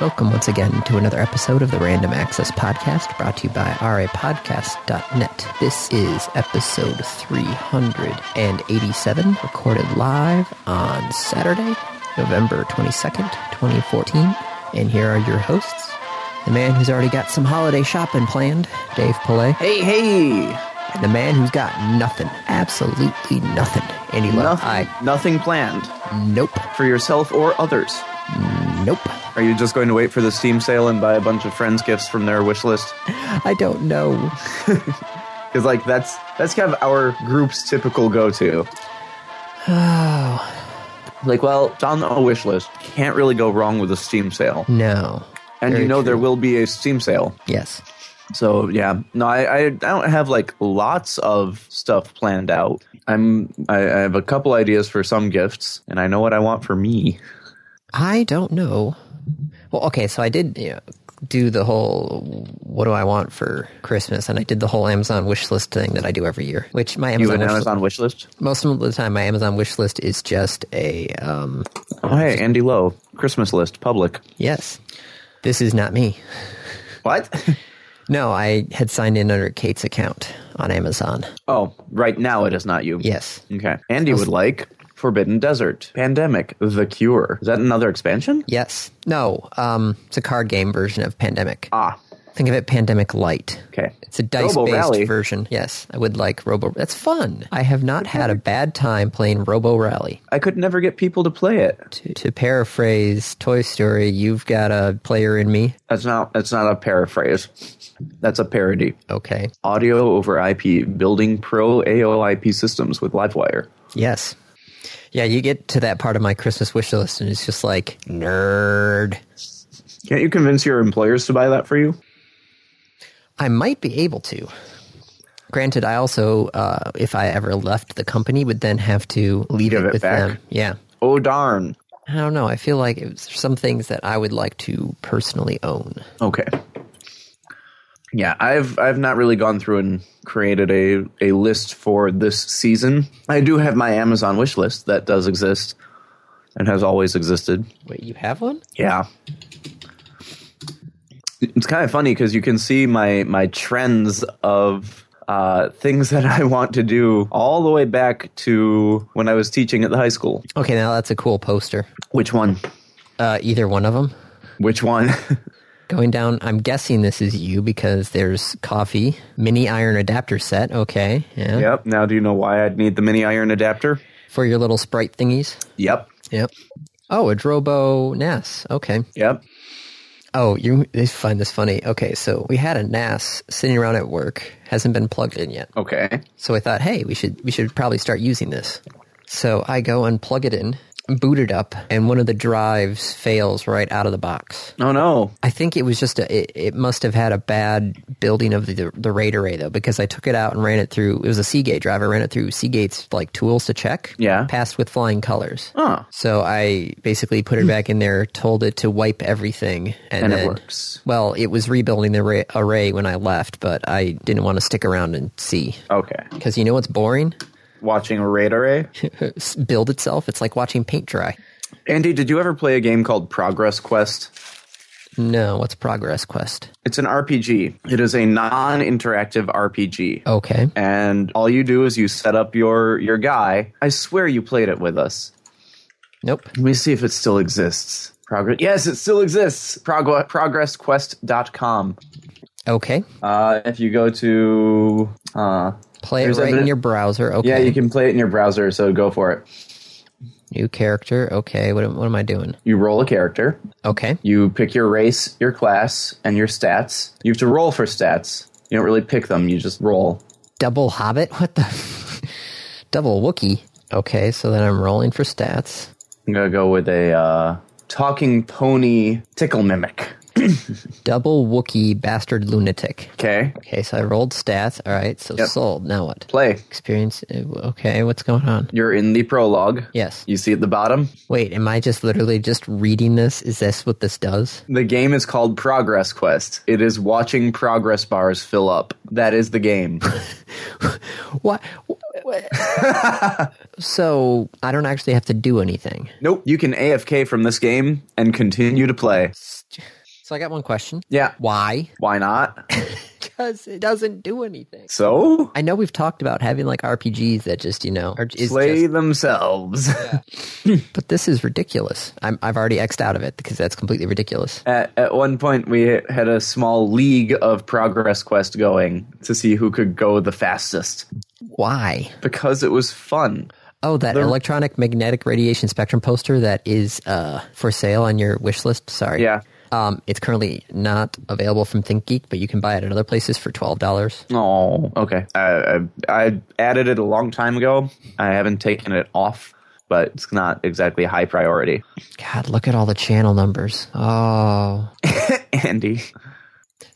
Welcome once again to another episode of the Random Access Podcast brought to you by rapodcast.net. This is episode 387, recorded live on Saturday, November 22nd, 2014. And here are your hosts the man who's already got some holiday shopping planned, Dave Pillay, Hey, hey! and the man who's got nothing, absolutely nothing, Andy Lowe. Nothing, I, nothing planned nope, for yourself or others. nope. Are you just going to wait for the Steam sale and buy a bunch of friends gifts from their wish list? I don't know. Because like that's that's kind of our group's typical go-to. Like, well, it's on a wish list. Can't really go wrong with a Steam sale, No. and Very you know true. there will be a Steam sale. Yes. So yeah, no, I, I I don't have like lots of stuff planned out. I'm I, I have a couple ideas for some gifts, and I know what I want for me. I don't know. Well, okay, so I did you know, do the whole what do I want for Christmas, and I did the whole Amazon wish list thing that I do every year. Which my You have Amazon, an wish Amazon wish list? most of the time, my Amazon wish list is just a um, Oh, hey, Andy Lowe, Christmas list, public. yes. This is not me. What? No, I had signed in under Kate's account on Amazon. oh, right now it is not you. Yes. Okay. Andy would like Forbidden Desert, Pandemic, The Cure. Is that another expansion? Yes. No. Um, it's a card game version of Pandemic. Ah, Think of it Pandemic Light. okay. It's a dice Robo Rally. based version. Yes, I would like Robo. That's fun. I have not had a bad time playing Robo Rally. I could never get people to play it. To, to paraphrase Toy Story, you've got a player in me. That's not. That's not a paraphrase. That's a parody. Okay. Audio over IP, building pro AOIP systems with LiveWire. Yes. Yeah, you get to that part of my Christmas wish list, and it's just like nerd. Can't you convince your employers to buy that for you? I might be able to. Granted, I also, uh, if I ever left the company, would then have to leave Give it with back. them. Yeah. Oh darn. I don't know. I feel like it's some things that I would like to personally own. Okay. Yeah, I've I've not really gone through and created a, a list for this season. I do have my Amazon wish list that does exist and has always existed. Wait, you have one? Yeah. It's kind of funny because you can see my my trends of uh, things that I want to do all the way back to when I was teaching at the high school. Okay, now that's a cool poster. Which one? Uh, either one of them. Which one? Going down, I'm guessing this is you because there's coffee, mini iron adapter set. Okay, yeah. yep. Now do you know why I'd need the mini iron adapter? For your little sprite thingies. Yep. Yep. Oh, a Drobo NAS. Okay. Yep. Oh, you they find this funny. Okay, so we had a NAS sitting around at work, hasn't been plugged in yet. Okay. So I thought, hey, we should we should probably start using this. So I go and plug it in, boot it up, and one of the drives fails right out of the box. Oh no. I think it was just a. It, it must have had a bad building of the the RAID array though, because I took it out and ran it through. It was a Seagate drive. I ran it through Seagate's like tools to check. Yeah. passed with flying colors. Oh. So I basically put it back in there, told it to wipe everything, and, And it then- works. Well, it was rebuilding the array, array when I left, but I didn't want to stick around and see Okay. because you know what's boring? Watching a raid array. Build itself. It's like watching paint dry. Andy, did you ever play a game called Progress Quest? No, what's progress quest? It's an RPG. It is a non-interactive RPG. Okay. And all you do is you set up your your guy. I swear you played it with us. Nope. Let me see if it still exists. Progress. Yes, it still exists. Prog- progressquest.com. Okay. Uh, if you go to uh, Play There's it right in evidence- your browser. Okay. yeah, you can play it in your browser. So go for it. New character. Okay, what, am- what am I doing? You roll a character. Okay. You pick your race, your class, and your stats. You have to roll for stats. You don't really pick them, you just roll. Double hobbit? What the? Double Wookie. Okay, so then I'm rolling for stats. I'm going to go with a uh, talking pony tickle mimic. Double Wookie bastard lunatic. Okay. Okay, so I rolled stats. All right, so sold. Now what? Play. Experience. uh, Okay, what's going on? You're in the prologue. Yes. You see at the bottom? Wait, am I just literally just reading this? Is this what this does? The game is called Progress Quest. It is watching progress bars fill up. That is the game. What? so I don't actually have to do anything. Nope. You can AFK from this game and continue to play. So I got one question. Yeah. Why? Why not? Because it doesn't do anything. So I know we've talked about having like RPGs that just you know are is play themselves. just, but this is ridiculous. I'm, I've already xed out of it because that's completely ridiculous. At, at one point, we had a small league of progress quest going to see who could go the fastest Why? because it was fun. Oh, that electronic magnetic radiation spectrum poster that is uh, for sale on your wish list. Sorry. Yeah. Um, it's currently not available from ThinkGeek, but you can buy it at other places for twelve dollars. Oh, okay. I, I I added it a long time ago. I haven't taken it off, but it's not exactly high priority. God, look at all the channel numbers. Oh, Andy.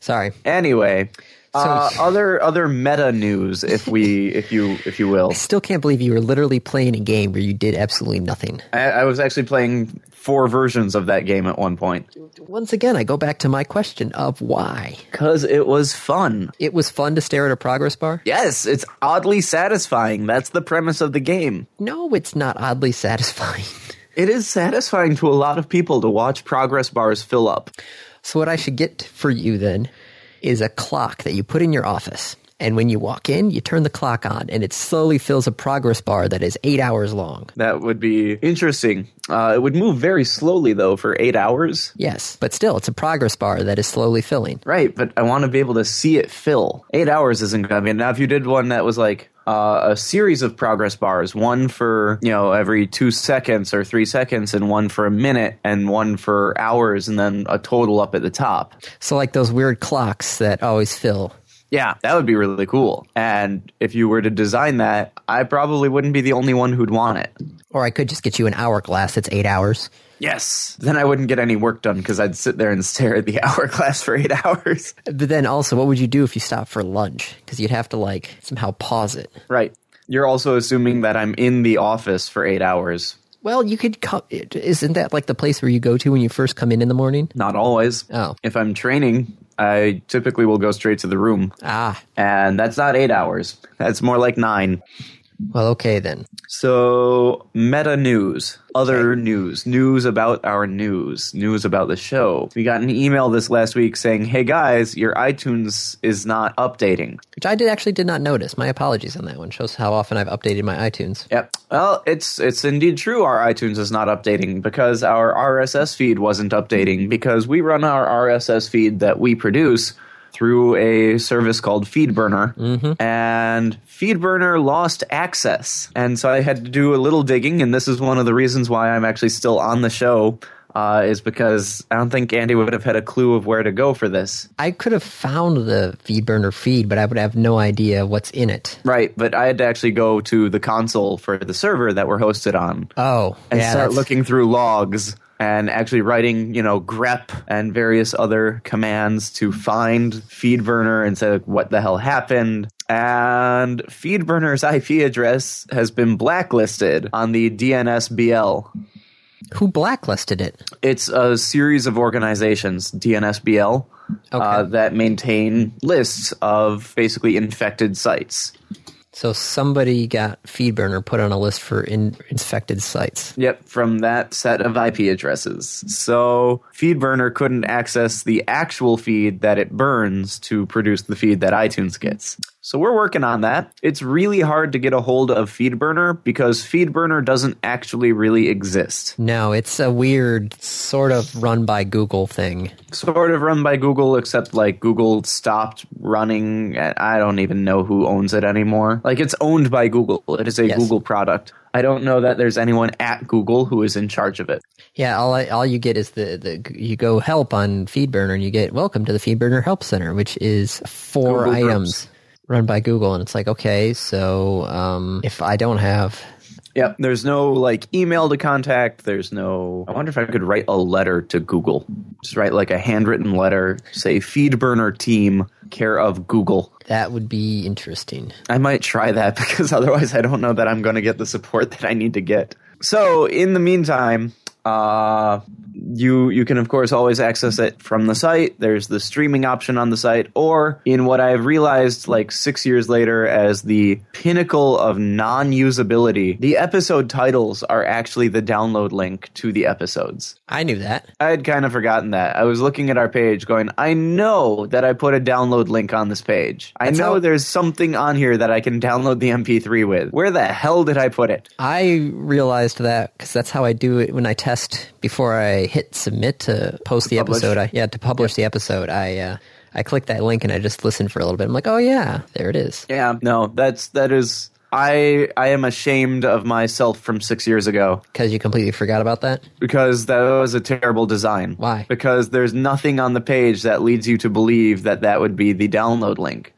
sorry. Anyway, uh, other other meta news, if we if you if you will. I still can't believe you were literally playing a game where you did absolutely nothing. I, I was actually playing four versions of that game at one point Once again, I go back to my question of why. because it was fun. It was fun to stare at a progress bar. Yes, it's oddly satisfying. That's the premise of the game. No, it's not oddly satisfying. It is satisfying to a lot of people to watch progress bars fill up. so, what I should get for you then is a clock that you put in your office. And when you walk in, you turn the clock on, and it slowly fills a progress bar that is eight hours long. That would be interesting. Uh, it would move very slowly though for eight hours. Yes, but still, it's a progress bar that is slowly filling. Right, but I want to be able to see it fill. Eight hours isn't going to be enough. If you did one that was like uh, a series of progress bars, one for you know every two seconds or three seconds, and one for a minute, and one for hours, and then a total up at the top. So, like those weird clocks that always fill. Yeah, that would be really cool. And if you were to design that, I probably wouldn't be the only one who'd want it. Or I could just get you an hourglass that's eight hours. Yes, then I wouldn't get any work done because I'd sit there and stare at the hourglass for eight hours. But then also, what would you do if you stopped for lunch? Because you'd have to like somehow pause it. Right. You're also assuming that I'm in the office for eight hours. Well, you could come. Isn't that like the place where you go to when you first come in in the morning? Not always. Oh. If I'm training, I typically will go straight to the room. Ah, And that's not eight hours, that's more like nine. well, okay then. So, meta news, other news, news about our news, news about the show. We got an email this last week saying, hey guys, your iTunes is not updating. Which I did actually did not notice. My apologies on that one. Shows how often I've updated my iTunes. Yep. Well, it's it's indeed true. Our iTunes is not updating because our RSS feed wasn't updating because we run our RSS feed that we produce through a service called FeedBurner, and FeedBurner lost access, and so I had to do a little digging, and this is one of the reasons why I'm actually still on the show. Uh, is because I don't think Andy would have had a clue of where to go for this. I could have found the FeedBurner feed, but I would have no idea what's in it. Right, but I had to actually go to the console for the server that we're hosted on. Oh, and yeah, start that's- looking through logs and actually writing, you know, grep and various other commands to find FeedBurner and say what the hell happened. And FeedBurner's IP address has been blacklisted on the DNSBL. Who blacklisted it? It's a series of organizations, DNSBL, uh, Okay. that maintain lists of basically infected sites. So somebody got FeedBurner put on a list for in- infected sites. Yep, from that set of IP addresses. So FeedBurner couldn't access the actual feed that it burns to produce the feed that iTunes gets. So we're working on that. It's really hard to get a hold of FeedBurner because FeedBurner doesn't actually really exist. No, it's a weird sort of run by Google thing. Sort of run by Google, except like Google stopped running. I don't even know who owns it anymore. Like it's owned by Google. It is a Yes. Google product. I don't know that there's anyone at Google who is in charge of it. Yeah, all I, all you get is the, the you go help on FeedBurner and you get welcome to the FeedBurner Help Center, which is four Google items run by Google, and it's like okay, so um, if I don't have Yep. There's no like email to contact. There's no. I wonder if I could write a letter to Google. Just write like a handwritten letter. Say FeedBurner team, care of Google. that, would be interesting. I might try that because otherwise I don't know that I'm going to get the support that I need to get. So in the meantime, uh, you you can of course always access it from the site. There's the streaming option on the site, or in what I've realized like six years later as the pinnacle of non-usability, the episode titles are actually the download link to the episodes. I knew that. I had kind of forgotten that. I was looking at our page going, I know that I put a download link on this page. I That's know how- there's something on here that I can download the MP3 with. Where the hell did I put it? I realized that because that's how I do it when I test before I hit submit to post the publish. episode. I, yeah, to publish the episode, I uh, I click that link and I just listen for a little bit. I'm like, oh yeah, there it is. Yeah, no, that's that is I I am ashamed of myself from 6 years ago Because you completely forgot about that. because that was a terrible design. Why? Because there's nothing on the page that leads you to believe that that would be the download link.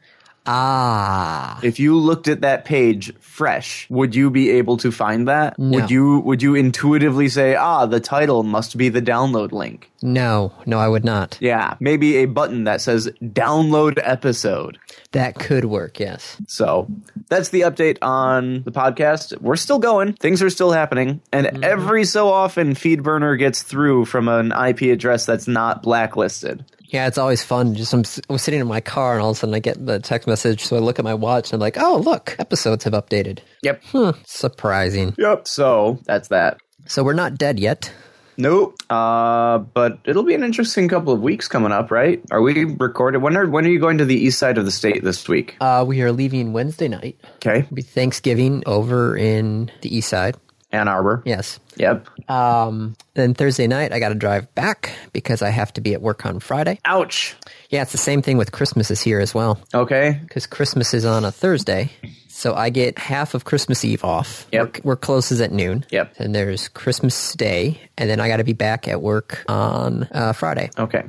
Ah, If you looked at that page fresh, would you be able to find that? No. Would you would you intuitively say, "Ah, the title must be the download link." no, no, I would not. Yeah, maybe a button that says "Download episode." That could work. Yes. So that's the update on the podcast. We're still going. Things are still happening. And every so often, FeedBurner gets through from an IP address that's not blacklisted. Yeah, it's always fun. Just I'm, s- I'm sitting in my car and all of a sudden I get the text message. So I look at my watch and I'm like, oh look, episodes have updated. Yep. Huh, surprising. Yep. So that's that. So we're not dead yet. Nope. Uh, but it'll be an interesting couple of weeks coming up, right? Are we recorded? When are when are you going to the east side of the state this week? Uh, we are leaving Wednesday night. Okay, be Thanksgiving over in the east side. Ann Arbor. Yes. Yep. Um, then Thursday night, I got to drive back because I have to be at work on Friday. Ouch. Yeah, it's the same thing with Christmases here as well Okay. because Christmas is on a Thursday. So I get half of Christmas Eve off. Yep. We're, we're closes at noon. Yep. And there's Christmas Day. And then I got to be back at work on uh, Friday. Okay.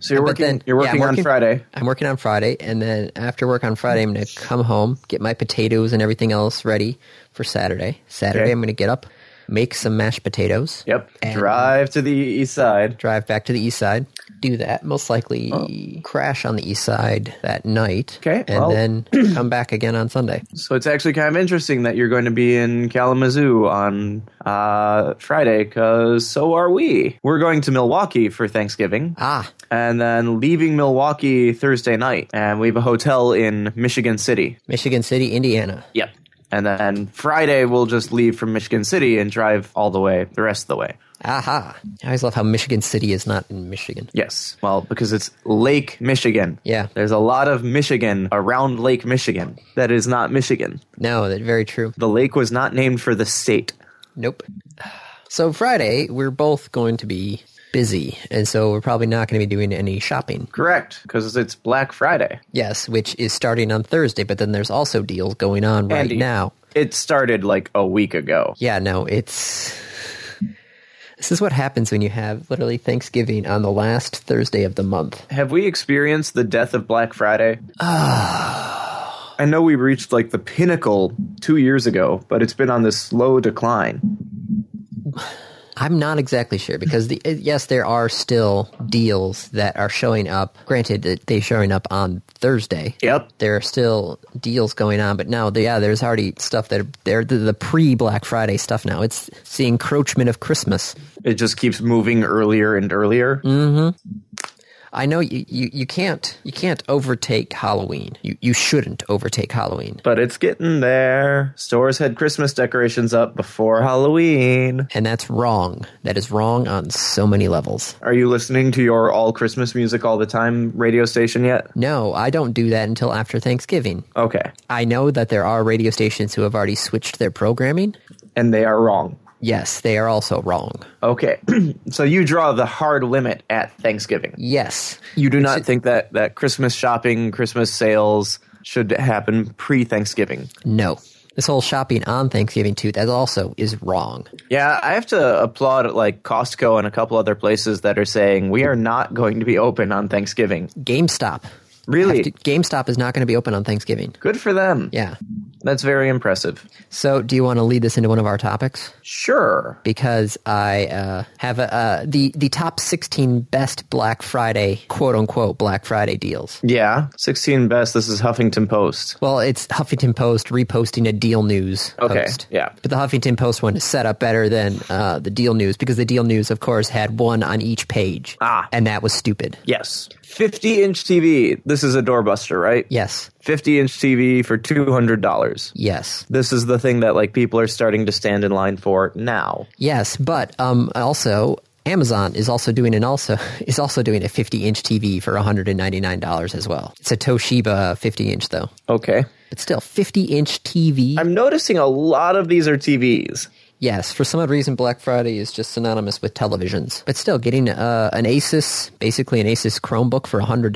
So you're But working. then- you're yeah, I'm working, on working- Friday. I'm working on Friday, and then after work on Friday, I'm going to come home, get my potatoes and everything else ready for Saturday. Saturday, Okay. I'm going to get up, make some mashed potatoes. Yep. And- Drive to the east side. Drive back to the east side, do that, most likely crash on the east side that night. Oh. Okay, And well- then come back again on Sunday. So it's actually kind of interesting that you're going to be in Kalamazoo on uh, Friday, because so are we. We're going to Milwaukee for Thanksgiving. Ah, and then leaving Milwaukee Thursday night. And we have a hotel in Michigan City. Michigan City, Indiana. Yep. And then Friday, we'll just leave from Michigan City and drive all the way, the rest of the way. Aha. I always love how Michigan City is not in Michigan. Yes. Well, because it's Lake Michigan. Yeah. There's a lot of Michigan around Lake Michigan that is not Michigan. No, that's very true. The lake was not named for the state. Nope. So Friday, we're both going to be busy, and so we're probably not going to be doing any shopping. Correct. Because it's Black Friday. Yes, which is starting on Thursday, but then there's also deals going on right Andy. now. It started like a week ago. Yeah, no, it's this is what happens when you have literally Thanksgiving on the last Thursday of the month. Have we experienced the death of Black Friday? I know we reached like the pinnacle two years ago, but it's been on this slow decline. I'm not exactly sure because the yes, there are still deals that are showing up. Granted, that they're showing up on Thursday. Yep. there are still deals going on, but now, yeah, there's already stuff that they're the, the pre Black Friday stuff now. It's it's the encroachment of Christmas. It just keeps moving earlier and earlier. I know you, you, you can't you can't overtake Halloween. You you shouldn't overtake Halloween. But it's getting there. Stores had Christmas decorations up before Halloween. And that's wrong. That is wrong on so many levels. Are you listening to your all Christmas music all the time radio station yet? No, I don't do that until after Thanksgiving. Okay. I know that there are radio stations who have already switched their programming. And they are wrong. Yes, they are also wrong. Okay. so you draw the hard limit at Thanksgiving. Yes. You do not think that that Christmas shopping, Christmas sales should happen pre-Thanksgiving. No. This whole shopping on Thanksgiving too, that also is wrong. Yeah, I have to applaud like Costco and a couple other places that are saying we are not going to be open on Thanksgiving. GameStop. Really? Have to- GameStop is not going to be open on Thanksgiving. Good for them. Yeah. That's very impressive. So, do you want to lead this into one of our topics? Sure. Because I uh, have a, uh, the the top sixteen best Black Friday quote unquote Black Friday deals. Yeah. 16 best. This is Huffington Post. Well, it's Huffington Post reposting a Deal News Okay, post. yeah. But the Huffington Post one is set up better than uh, the Deal News because the Deal News, of course, had one on each page. Ah. And that was stupid. Yes. 50 inch TV. This is a doorbuster, right? Yes. 50 inch TV for $200. Yes. This is the thing that like people are starting to stand in line for now. Yes. But um, also. Amazon is also doing an also is also doing a 50 inch TV for 199 dollars as well. It's a Toshiba 50 inch though. Okay. But still, 50 inch TV. I'm noticing a lot of these are TVs. yes, for some odd reason, Black Friday is just synonymous with televisions. But still, getting uh, an Asus, basically an Asus Chromebook for $100.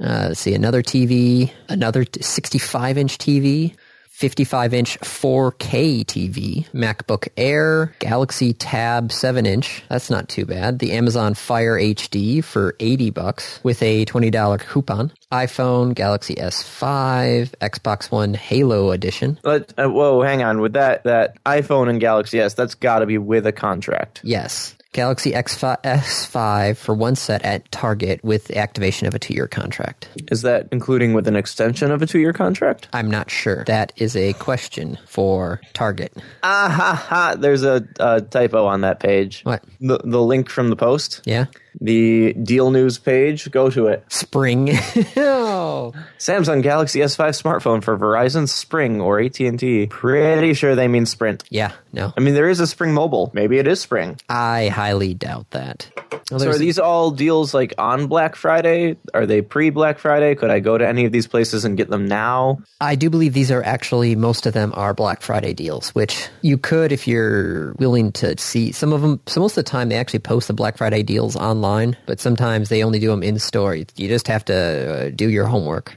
Uh, let's see, another TV, another 65 inch TV. 55 inch 4K TV, MacBook Air, Galaxy Tab 7 inch. That's not too bad. The Amazon Fire HD for 80 bucks with a $20 coupon. iPhone, Galaxy S5, Xbox One Halo Edition. But uh, whoa, hang on with that that iPhone and Galaxy S. That's got to be with a contract. Yes. Galaxy X5, S5 for one set at Target with the activation of a two year contract. Is that including with an extension of a two year contract? I'm not sure. That is a question for Target. Ah ha ha! There's a, a typo on that page. What? The the link from the post, Yeah? the deal news page. Go to it. Spring. oh. Samsung Galaxy S5 smartphone for Verizon, Spring, or AT and T. Pretty sure they mean Sprint. Yeah, no. I mean, there is a Spring Mobile. Maybe it is Spring. I highly doubt that. Well, So Oh, are there's- these all deals like on Black Friday? Are they pre Black Friday? Could I go to any of these places and get them now? I do believe these are actually, most of them are Black Friday deals, which you could if you're willing to see. Some of them, so most of the time, they actually post the Black Friday deals online, but sometimes they only do them in store. You you just have to uh, do your homework.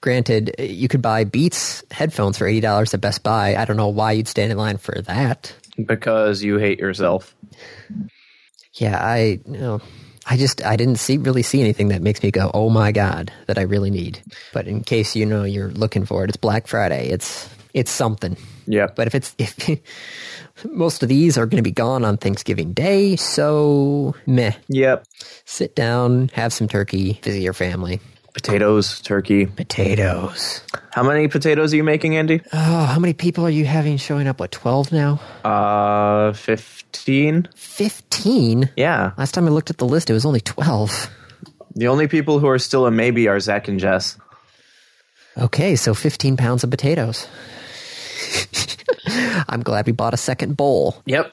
Granted, you could buy Beats headphones for $80 at Best Buy. I don't know why you'd stand in line for that. Because you hate yourself. Yeah, I you know, I just I didn't see really see anything that makes me go, "Oh my god," that I really need. But in case you know you're looking for it, it's Black Friday. It's it's something. Yeah. But if it's if most of these are going to be gone on Thanksgiving Day, so meh. Yep. Sit down, have some turkey, visit your family. Potatoes, turkey. Potatoes. How many potatoes are you making, Andy? Oh, how many people are you having showing up? What twelve now? Uh, 15. Fifteen. Yeah. Last time I looked at the list, it was only twelve. The only people who are still a maybe are Zach and Jess. Okay, so 15 pounds of potatoes. I'm glad we bought a second bowl. Yep.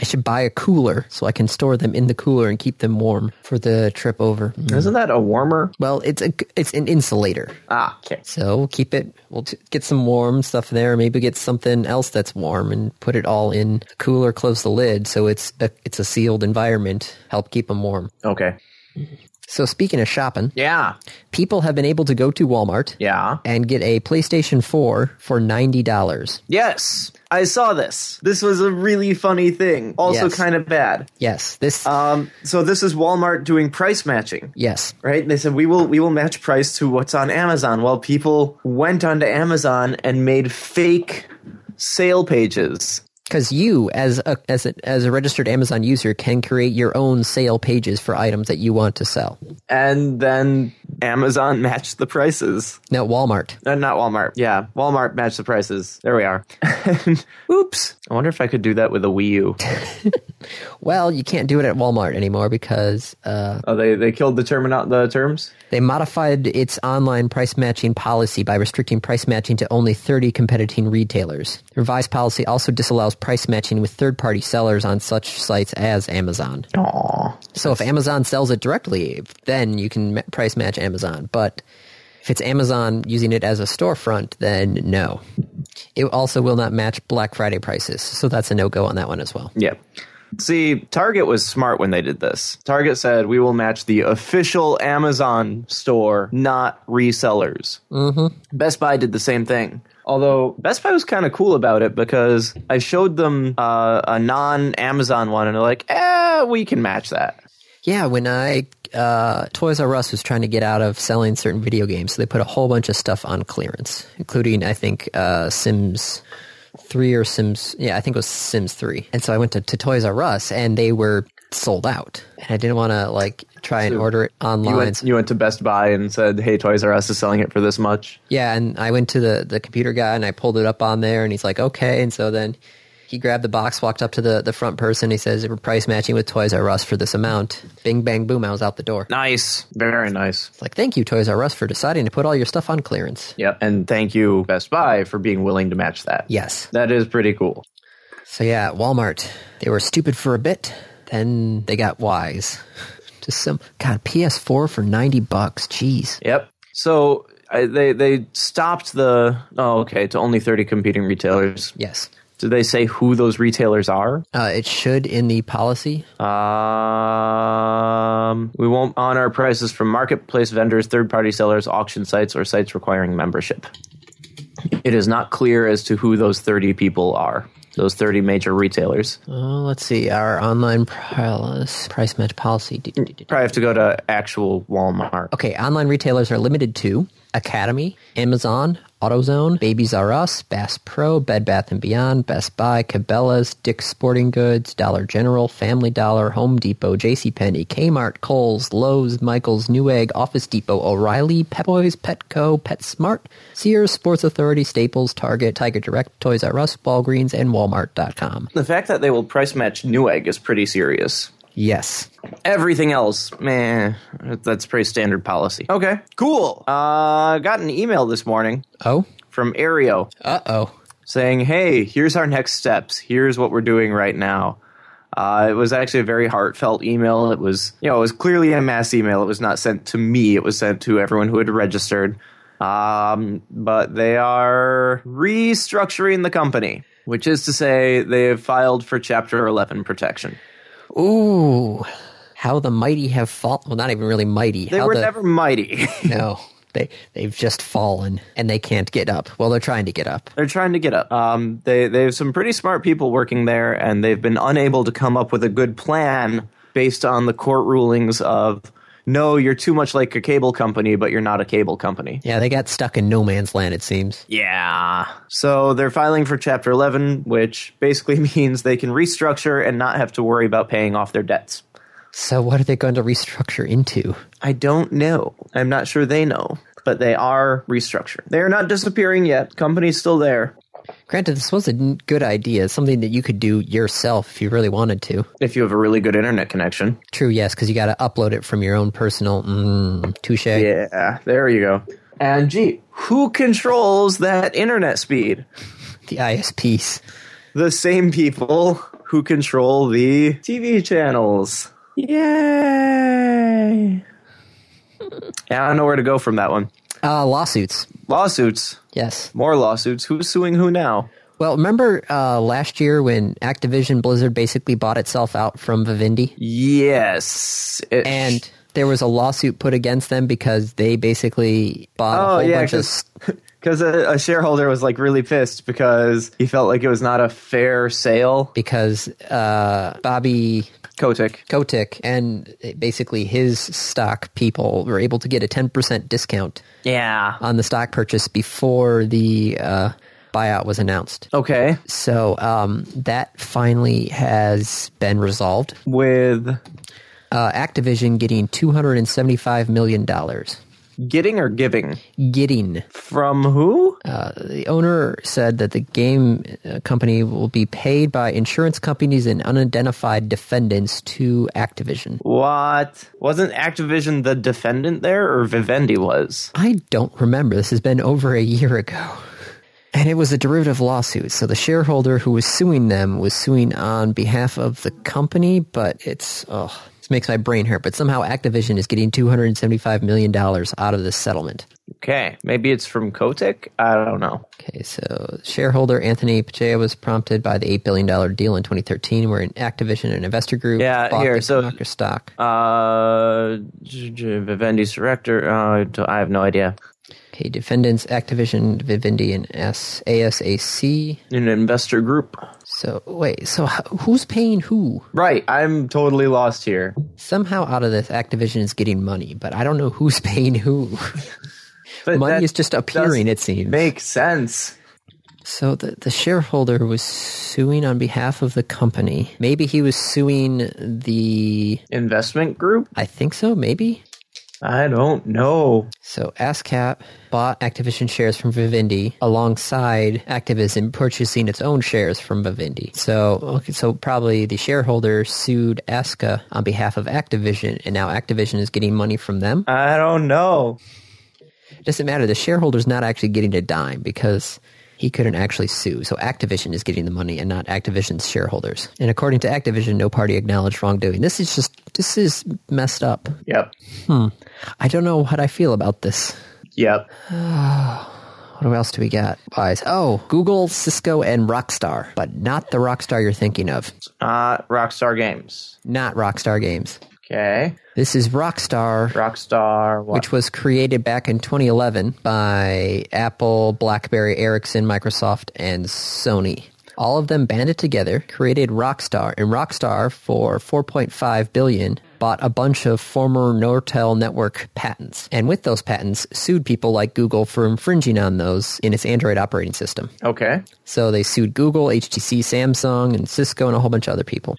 I should buy a cooler so I can store them in the cooler and keep them warm for the trip over. Isn't that a warmer? Well, it's a it's an insulator. Ah, okay. So keep it. We'll t- get some warm stuff there. Maybe get something else that's warm and put it all in the cooler. Close the lid so it's a, it's a sealed environment. Help keep them warm. Okay. So speaking of shopping, Yeah. people have been able to go to Walmart Yeah. and get a PlayStation 4 for ninety dollars. Yes. I saw this. This was a really funny thing. Also Yes. kind of bad. Yes, this. Um, so this is Walmart doing price matching. yes, right? And they said we will we will match price to what's on Amazon. Well, people went onto Amazon and made fake sale pages. because you, as a as a as a registered Amazon user, can create your own sale pages for items that you want to sell. And then Amazon matched the prices. Now, Walmart. Uh, not Walmart. Yeah, Walmart matched the prices. There we are. And, oops. I wonder if I could do that with a Wii U. Well, you can't do it at Walmart anymore because uh, Oh, they they killed the term the terms. they modified its online price matching policy by restricting price matching to only 30 competing retailers. The revised policy also disallows price matching with third party sellers on such sites as Amazon. Aw. So if Amazon sells it directly, then you can ma- price match Amazon. But if it's Amazon using it as a storefront, then no. It also will not match Black Friday prices. So that's a no go on that one as well. Yeah. See, Target was smart when they did this. Target said, we will match the official Amazon store, not resellers. Mm-hmm. Best Buy did the same thing. Although Best Buy was kind of cool about it because I showed them uh, a non Amazon one and they're like, eh, we can match that. Yeah, when I uh, Toys R Us was trying to get out of selling certain video games, so they put a whole bunch of stuff on clearance, including I think uh, Sims three or Sims. Yeah, I think it was Sims three. And so I went to, to Toys R Us, and they were sold out, and I didn't want to like try and order it online. You went, you went to Best Buy and said, "Hey, Toys R Us is selling it for this much." Yeah, and I went to the the computer guy and I pulled it up on there, and he's like, "Okay." And so then he grabbed the box, walked up to the the front person, he says, "We're price matching with Toys R Us for this amount." Bing bang boom, I was out the door. Nice, very nice. It's like, thank you, Toys R Us, for deciding to put all your stuff on clearance. Yep, and thank you, Best Buy, for being willing to match that. Yes. That is pretty cool. So yeah, Walmart, they were stupid for a bit, then they got wise. Just some God PS4 for ninety bucks. Jeez. Yep. So I, they they stopped the oh okay to only thirty competing retailers. Yes. Do they say who those retailers are? Uh, it should in the policy. Um, we won't honor prices from marketplace vendors, third party sellers, auction sites, or sites requiring membership. It is not clear as to who those 30 people are, those 30 major retailers. Uh, let's see our online price price match policy. Do- do- do- do. Probably have to go to actual Walmart. Okay, online retailers are limited to Academy, Amazon, AutoZone, Babies R Us, Bass Pro, Bed Bath and Beyond, Best Buy, Cabela's, Dick's Sporting Goods, Dollar General, Family Dollar, Home Depot, JCPenney, Kmart, Kohl's, Lowe's, Michaels, Newegg, Office Depot, O'Reilly, Pep Boys, Petco, PetSmart, Sears, Sports Authority, Staples, Target, Tiger Direct, Toys R Us, Walgreens, and Walmart.com. The fact that they will price match Newegg is pretty serious. Yes. Everything else, man, that's pretty standard policy. Okay, cool. Uh, got an email this morning Oh? from Aereo Uh oh. saying, "Hey, here's our next steps. Here's what we're doing right now." Uh, it was actually a very heartfelt email. It was, you know, it was clearly a mass email. It was not sent to me. It was sent to everyone who had registered. Um, but they are restructuring the company, which is to say, they have filed for Chapter 11 protection. Ooh. How the mighty have fallen. Well, not even really mighty. They How were the- never mighty. No, they they've just fallen and they can't get up. Well, they're trying to get up. They're trying to get up. Um, they they have some pretty smart people working there, and they've been unable to come up with a good plan based on the court rulings of no, you're too much like a cable company, but you're not a cable company. Yeah, they got stuck in no man's land. It seems. Yeah. So they're filing for Chapter 11, which basically means they can restructure and not have to worry about paying off their debts. So what are they going to restructure into? I don't know. I'm not sure they know, but they are restructuring. They are not disappearing yet. Company's still there. Granted, this was a n- good idea. It's something that you could do yourself if you really wanted to. If you have a really good internet connection. True, yes, because you got to upload it from your own personal. Mm, touche. Yeah, there you go. And gee, who controls that internet speed? The ISPs. The same people who control the TV channels. Yay! Yeah, I don't know where to go from that one. Uh, lawsuits. Lawsuits, Yes. more lawsuits. Who's suing who now? Well, remember uh, last year when Activision Blizzard basically bought itself out from Vivendi? Yes, it- and there was a lawsuit put against them because they basically bought Oh, a whole yeah, bunch of. 'cause- because a, a shareholder was like really pissed because he felt like it was not a fair sale. Because uh, Bobby Kotick. Kotick and basically his stock people were able to get a 10% discount Yeah. on the stock purchase before the uh, buyout was announced. Okay. So um, that finally has been resolved. With Uh, Activision getting $275 million. getting or giving. Getting. From who? Uh, The owner said that the game uh, company will be paid by insurance companies and unidentified defendants to Activision. What? Wasn't Activision the defendant there, or Vivendi was? I don't remember. This has been over a year ago. And it was a derivative lawsuit. So the shareholder who was suing them was suing on behalf of the company, but it's, oh, this makes my brain hurt. But somehow Activision is getting $275 million out of this settlement. Okay, maybe it's from Kotick. I don't know. Okay, so shareholder Anthony Pachea was prompted by the $8 billion deal in 2013 where an Activision and investor group Yeah, bought here, the so- Knocker stock. Uh, J- J- Vivendi's director. Uh, I have no idea. Okay, defendants Activision, Vivendi, and S- ASAC. an investor group. So, wait, so h- who's paying who? Right, I'm totally lost here. Somehow out of this, Activision is getting money, but I don't know who's paying who. But money that is just appearing, it seems. Makes sense. So the, the shareholder was suing on behalf of the company. Maybe he was suing the. Investment group? I think so, maybe? I don't know. So ASCAP bought Activision shares from Vivendi alongside Activision purchasing its own shares from Vivendi. So okay, so probably the shareholder sued ASCA on behalf of Activision and now Activision is getting money from them. I don't know. It doesn't matter, the shareholder's not actually getting a dime because he couldn't actually sue. So Activision is getting the money and not Activision's shareholders. And according to Activision, no party acknowledged wrongdoing. This is just this is messed up. Yep. I don't know what I feel about this. Yep. What else do we got? Buys. Oh, Google, Cisco, and Rockstar, but not the Rockstar you're thinking of. Not Rockstar Games. Not Rockstar Games. Okay. This is Rockstar, Rockstar what? which was created back in 2011 by Apple, BlackBerry, Ericsson, Microsoft, and Sony. All of them banded together, created Rockstar, and Rockstar for 4.5 billion bought a bunch of former Nortel network patents, and with those patents sued people like Google for infringing on those in its Android operating system. okay. So they sued Google, HTC, Samsung, and Cisco, and a whole bunch of other people.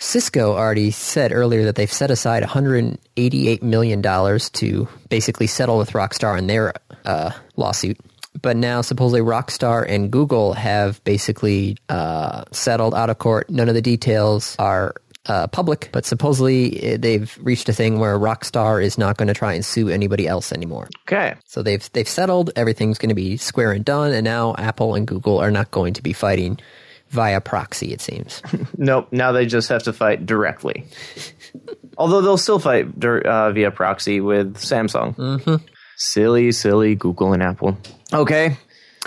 Cisco already said earlier that they've set aside $188 million to basically settle with Rockstar in their uh, lawsuit. But now, supposedly, Rockstar and Google have basically uh, settled out of court. None of the details are uh, public, but supposedly eh, they've reached a thing where Rockstar is not going to try and sue anybody else anymore. Okay. So they've they've settled. Everything's going to be square and done. And now Apple and Google are not going to be fighting via proxy. It seems. Nope. Now they just have to fight directly. Although they'll still fight dir- uh, via proxy with Samsung. Mm-hmm. Silly, silly Google and Apple. Okay.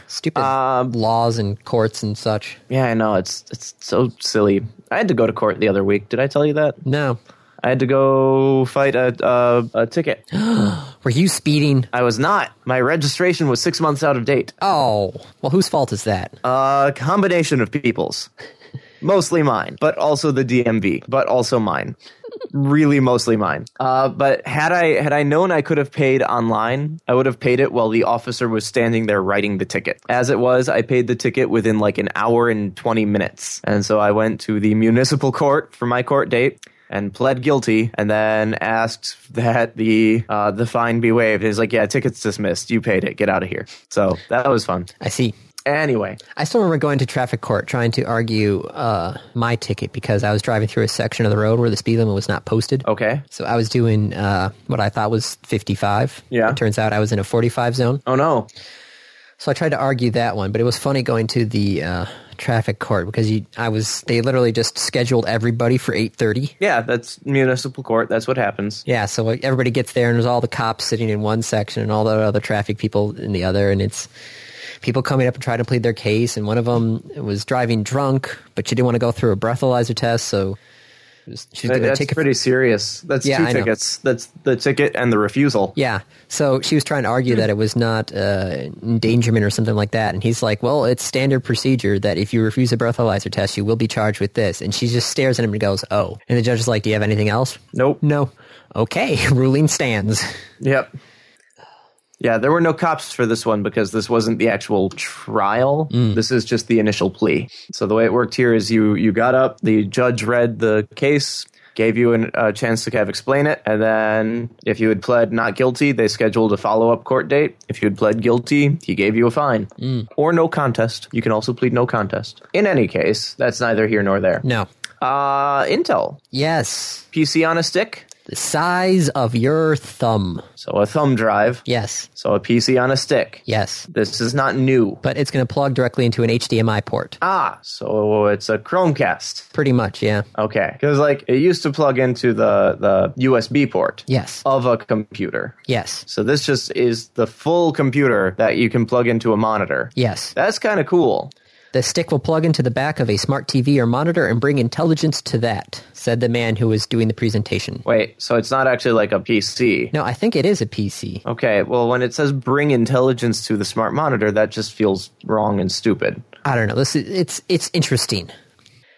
Stupid Um, laws and courts and such. Yeah, I know. It's it's so silly. I had to go to court the other week. Did I tell you that? No, I had to go fight a uh, a, a ticket. were you speeding? I was not. My registration was six months out of date. Oh, well, whose fault is that? A combination of people's, mostly mine, but also the DMV, but also mine. Really, mostly mine. Uh, but had I had I known I could have paid online, I would have paid it while the officer was standing there writing the ticket. As it was, I paid the ticket within like an hour and twenty minutes, and so I went to the municipal court for my court date and pled guilty, and then asked that the uh, the fine be waived. And he's like, "Yeah, ticket's dismissed. You paid it. Get out of here." So that was fun. I see. Anyway, I still remember going to traffic court trying to argue uh, my ticket because I was driving through a section of the road where the speed limit was not posted. okay. So I was doing uh, what I thought was 55. Yeah. It turns out I was in a 45 zone. Oh no. So I tried to argue that one, but it was funny going to the uh, traffic court because you, I was they literally just scheduled everybody for eight thirty. Yeah, that's municipal court. That's what happens. Yeah, so like, everybody gets there and there's all the cops sitting in one section and all the other traffic people in the other, and it's people coming up and trying to plead their case. And one of them was driving drunk, but she didn't want to go through a breathalyzer test, so she's That- going to that's take a pretty serious. That's Yeah, two I know. tickets. That's the ticket and the refusal. Yeah. So she was trying to argue that it was not uh, endangerment or something like that. And he's like, well, it's standard procedure that if you refuse a breathalyzer test, you will be charged with this. And she just stares at him and goes, oh. And the judge is like, do you have anything else? Nope. No. Okay. Ruling stands. Yep. Yeah, there were no cops for this one because this wasn't the actual trial. This is just the initial plea. So the way it worked here is you you got up, the judge read the case, gave you an, a chance to kind of explain it, and then if you had pled not guilty, they scheduled a follow up court date. If you had pled guilty, he gave you a fine or no contest. You can also plead no contest. In any case, that's neither here nor there. No. Uh, Intel Yes. PC on a stick, The size of your thumb. so a thumb drive, Yes. so a PC on a stick. Yes. This is not new. But it's going to plug directly into an HDMI port. Ah, so it's a Chromecast. Pretty much. Yeah. Okay, because like it used to plug into the the USB port Yes. of a computer. Yes. So this just is the full computer that you can plug into a monitor. Yes. That's kind of cool. The stick will plug into the back of a smart TV or monitor and bring intelligence to that, said the man who was doing the presentation. Wait, so it's not actually like a PC. No, I think it is a PC. Okay, well, when it says bring intelligence to the smart monitor, that just feels wrong and stupid. I don't know. This is, it's it's interesting.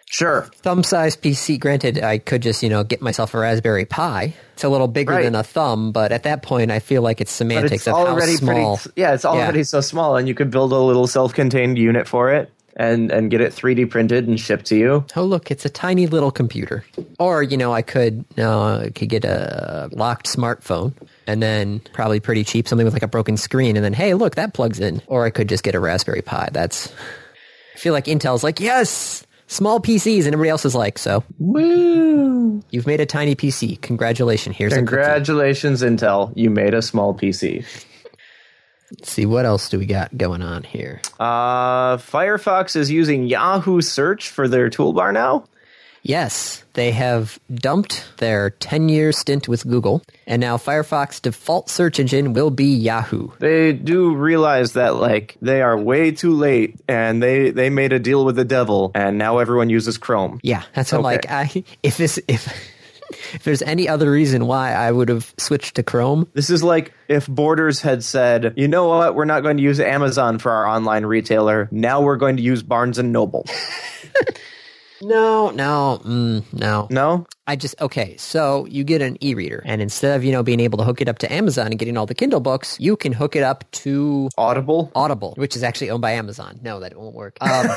Sure. Thumb size PC. Granted, I could just you know get myself a Raspberry Pi. It's a little bigger Right. than a thumb, but at that point, I feel like it's But semantics it's of how already small. pretty. Yeah, it's already so small, and you could build a little self-contained unit for it, and and get it 3D printed and shipped to you. Oh look, it's a tiny little computer. Or you know, I could no, I could get a locked smartphone, and then probably pretty cheap, something with like a broken screen, and then hey, look, that plugs in. Or I could just get a Raspberry Pi. That's I feel like Intel's like yes, small PCs, and everybody else is like so. Woo! You've made a tiny PC. Congratulations. Here's a cookie. Congratulations, Intel. You made a small PC. Let's see what else do we got going on here. Uh, Firefox is using Yahoo Search for their toolbar now. Yes, they have dumped their 10-year stint with Google, and now Firefox default search engine will be Yahoo. They do realize that like they are way too late, and they they made a deal with the devil, and now everyone uses Chrome. Yeah, that's what I'm Okay. like. I if this if if there's any other reason why I would have switched to Chrome, This is like if Borders had said, you know what, we're not going to use Amazon for our online retailer. Now we're going to use Barnes and Noble. no, no, mm, no. No? I just okay. So you get an e-reader, and instead of you know being able to hook it up to Amazon and getting all the Kindle books, you can hook it up to Audible? Audible, which is actually owned by Amazon. No, that won't work. Um,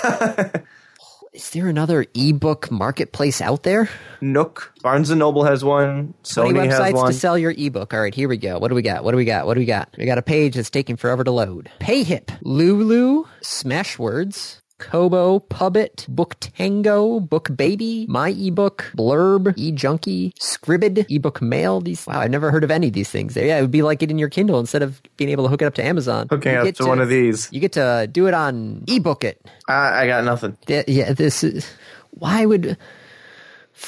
is there another ebook marketplace out there? Nook? Barnes and Noble has one. How many Sony has websites one. to sell your ebook? All right, here we go. What do we got? What do we got? What do we got? We got a page that's taking forever to load. Payhip, Lulu, Smashwords. Kobo, Pubit, Booktango, Bookbaby, My Ebook, Blurb, eJunkie, Scribd, eBook Mail. These wow, I've never heard of any of these things. Yeah, it would be like getting your Kindle instead of being able to hook it up to Amazon. Hooking You up to, get one of these. You get to do it on eBook it. I, I got nothing. Th- Yeah, this is why would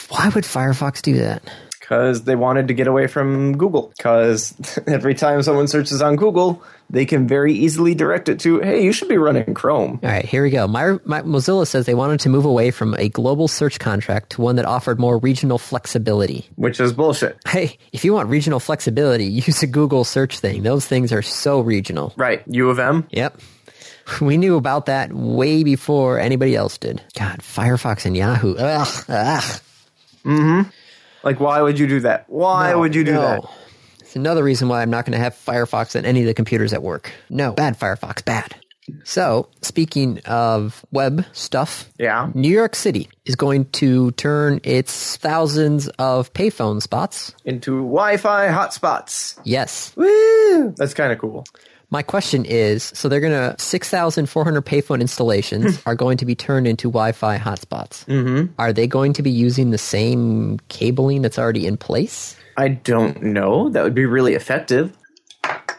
why would Firefox do that? Because they wanted to get away from Google. Because every time someone searches on Google, they can very easily direct it to, hey, you should be running Chrome. All right, here we go. My, my, Mozilla says they wanted to move away from a global search contract to one that offered more regional flexibility. Which is bullshit. Hey, if you want regional flexibility, use a Google search thing. Those things are so regional. Right. U of M? Yep. We knew about that way before anybody else did. God, Firefox and Yahoo. Ugh, ugh. Like, why would you do that? Why would you do No. that? It's another reason why I'm not going to have Firefox on any of the computers at work. No, bad Firefox, bad. So, speaking of web stuff, Yeah. New York City is going to turn its thousands of payphone spots. Into Wi Fi hotspots. Yes. Woo! That's kind of cool. My question is so they're going to 6,400 payphone installations are going to be turned into Wi Fi hotspots. Mm-hmm. Are they going to be using the same cabling that's already in place? I don't know. That would be really effective.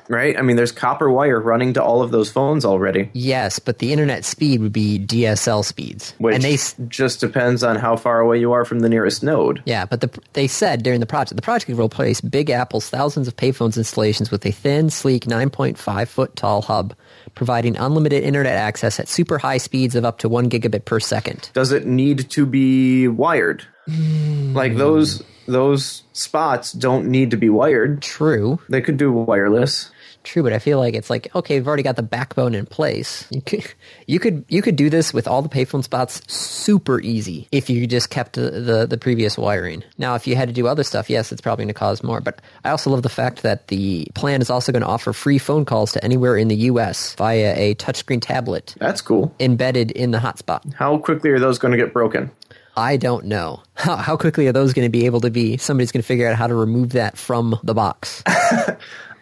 Right? I mean, there's copper wire running to all of those phones already. Yes, but the internet speed would be DSL speeds. Which and they s- just depends on how far away you are from the nearest node. Yeah, but the, they said during the project, the project will replace Big Apple's thousands of payphones installations with a thin, sleek, 9.5 foot tall hub, providing unlimited internet access at super high speeds of up to one gigabit per second. Does it need to be wired? Hmm. Like those those spots don't need to be wired. True, They could do wireless. true, but I feel like it's like okay, we've already got the backbone in place. You could, you could, you could do this with all the payphone spots super easy if you just kept the the, the previous wiring. Now, if you had to do other stuff, yes, it's probably going to cause more. But I also love the fact that the plan is also going to offer free phone calls to anywhere in the U.S. via a touchscreen tablet That's cool. embedded in the hotspot. How quickly are those going to get broken? I don't know. How, how quickly are those going to be able to be? Somebody's going to figure out how to remove that from the box.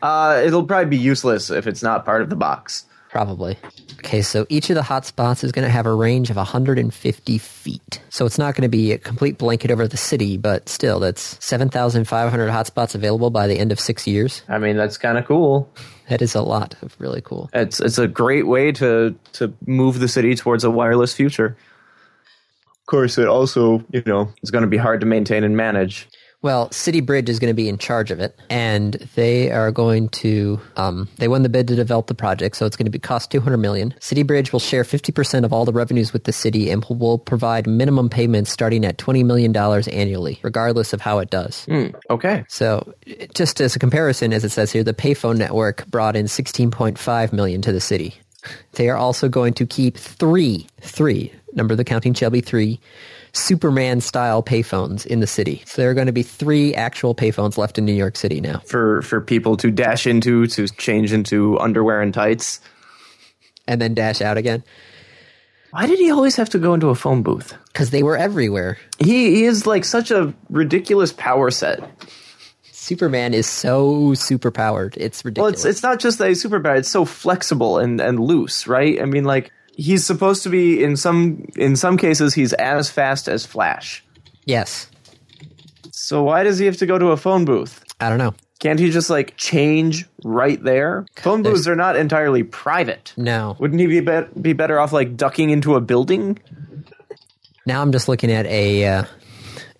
Uh, it'll probably be useless if it's not part of the box. Probably. Okay, so each of the hotspots is going to have a range of 150 feet. So it's not going to be a complete blanket over the city, but still, that's 7,500 hotspots available by the end of six years. I mean, that's kind of cool. That is a lot of really cool. it's it's a great way to to move the city towards a wireless future. Of course, it also you know it's going to be hard to maintain and manage. Well, City Bridge is going to be in charge of it, and they are going to. Um, they won the bid to develop the project, so it's going to be cost two hundred million. City Bridge will share fifty percent of all the revenues with the city and will provide minimum payments starting at twenty million dollars annually, regardless of how it does. Okay. So, it- just as a comparison, as it says here, the payphone network brought in 16.5 million to the city. They are also going to keep three, three, number the counting shall be three, Superman style payphones in the city. So there are going to be three actual payphones left in New York City now. For for people to dash into to change into underwear and tights. And then dash out again. Why did he always have to go into a phone booth? Because they were everywhere. He, he is like such a ridiculous power set. Superman is so superpowered. It's Well, ridiculous. it's it's not just that he's super bad; it's so flexible and and loose, right? I mean, like he's supposed to be in some in some cases he's as fast as Flash. yes. So why does he have to go to a phone booth? I don't know. Can't he just like change right there? Phone there's- booths are not entirely private. No. Wouldn't he be, bet be better off like ducking into a building? Now I'm just looking at a uh,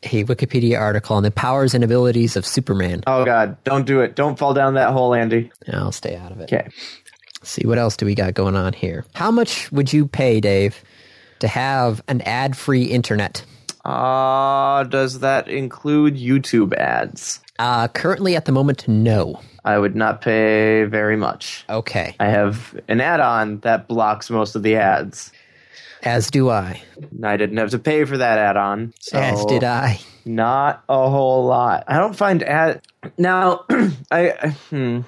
a Wikipedia article on the powers and abilities of Superman. Oh God! Don't do it! Don't fall down that hole, Andy. I'll stay out of it. Okay. See what else do we got going on here? How much would you pay, Dave, to have an ad-free internet? Ah, does that include YouTube ads? Uh, currently, at the moment, no. I would not pay very much. Okay, I have an add-on that blocks most of the ads. as do I, And I didn't have to pay for that add-on. So as did I. Not a whole lot. I don't find ad now. I I- hmm.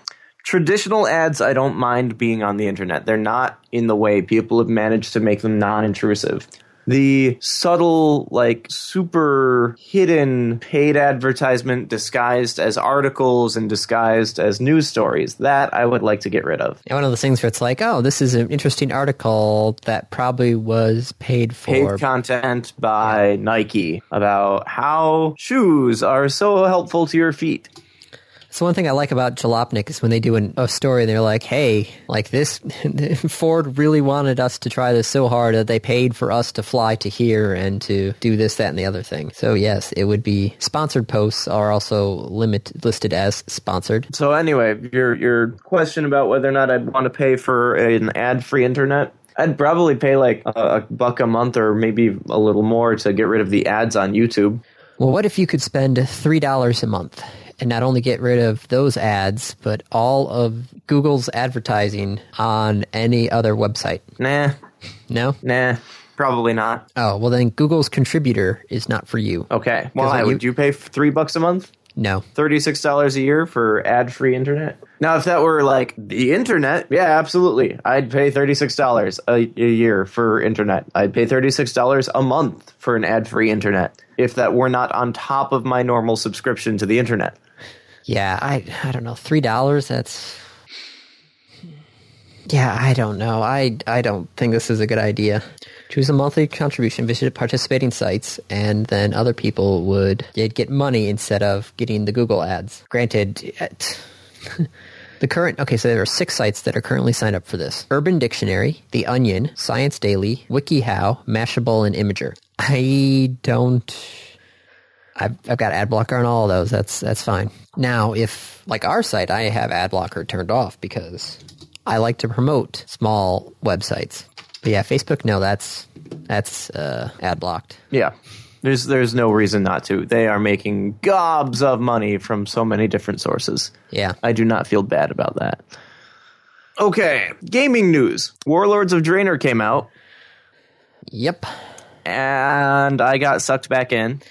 traditional ads. I don't mind being on the internet. They're not in the way. People have managed to make them non-intrusive. The subtle, like super hidden paid advertisement disguised as articles and disguised as news stories, that I would like to get rid of. And One of those things where it's like, oh, this is an interesting article that probably was paid paid for. content by Nike about how shoes are so helpful to your feet. So one thing I like about Jalopnik is when they do an, a story, they're like, "Hey, like this, Ford really wanted us to try this so hard that they paid for us to fly to here and to do this, that, and the other thing." So yes, it would be sponsored posts are also limit listed as sponsored. So anyway, your your question about whether or not I'd want to pay for an ad-free internet, I'd probably pay like a, a buck a month or maybe a little more to get rid of the ads on YouTube. Well, what if you could spend three dollars a month and not only get rid of those ads, but all of Google's advertising on any other website? Nah, No. nah, probably not. Oh well, then Google's contributor is not for you. Okay, what why you- would you pay three bucks a month? No. Thirty-six dollars a year for ad-free internet. Now, if that were like the internet, yeah, absolutely, I'd pay thirty-six dollars a a year for internet. I'd pay thirty-six dollars a month for an ad-free internet if that were not on top of my normal subscription to the internet. Yeah, I I don't know. Three dollars. That's yeah, I don't know. I I don't think this is a good idea. Choose a monthly contribution, visit participating sites, and then other people would they'd get money instead of getting the Google ads. Granted, it, the current okay, so there are six sites that are currently signed up for this: Urban Dictionary, The Onion, Science Daily, WikiHow, Mashable, and Imager. I don't I've, I've got ad blocker on all of those. That's that's fine. Now, if like our site, I have ad blocker turned off because I like to promote small websites. But yeah, Facebook, no, that's that's uh, ad blocked. Yeah. There's there's no reason not to. They are making gobs of money from so many different sources. Yeah, I do not feel bad about that. Okay, gaming news. Warlords of Draenor came out yep. and I got sucked back in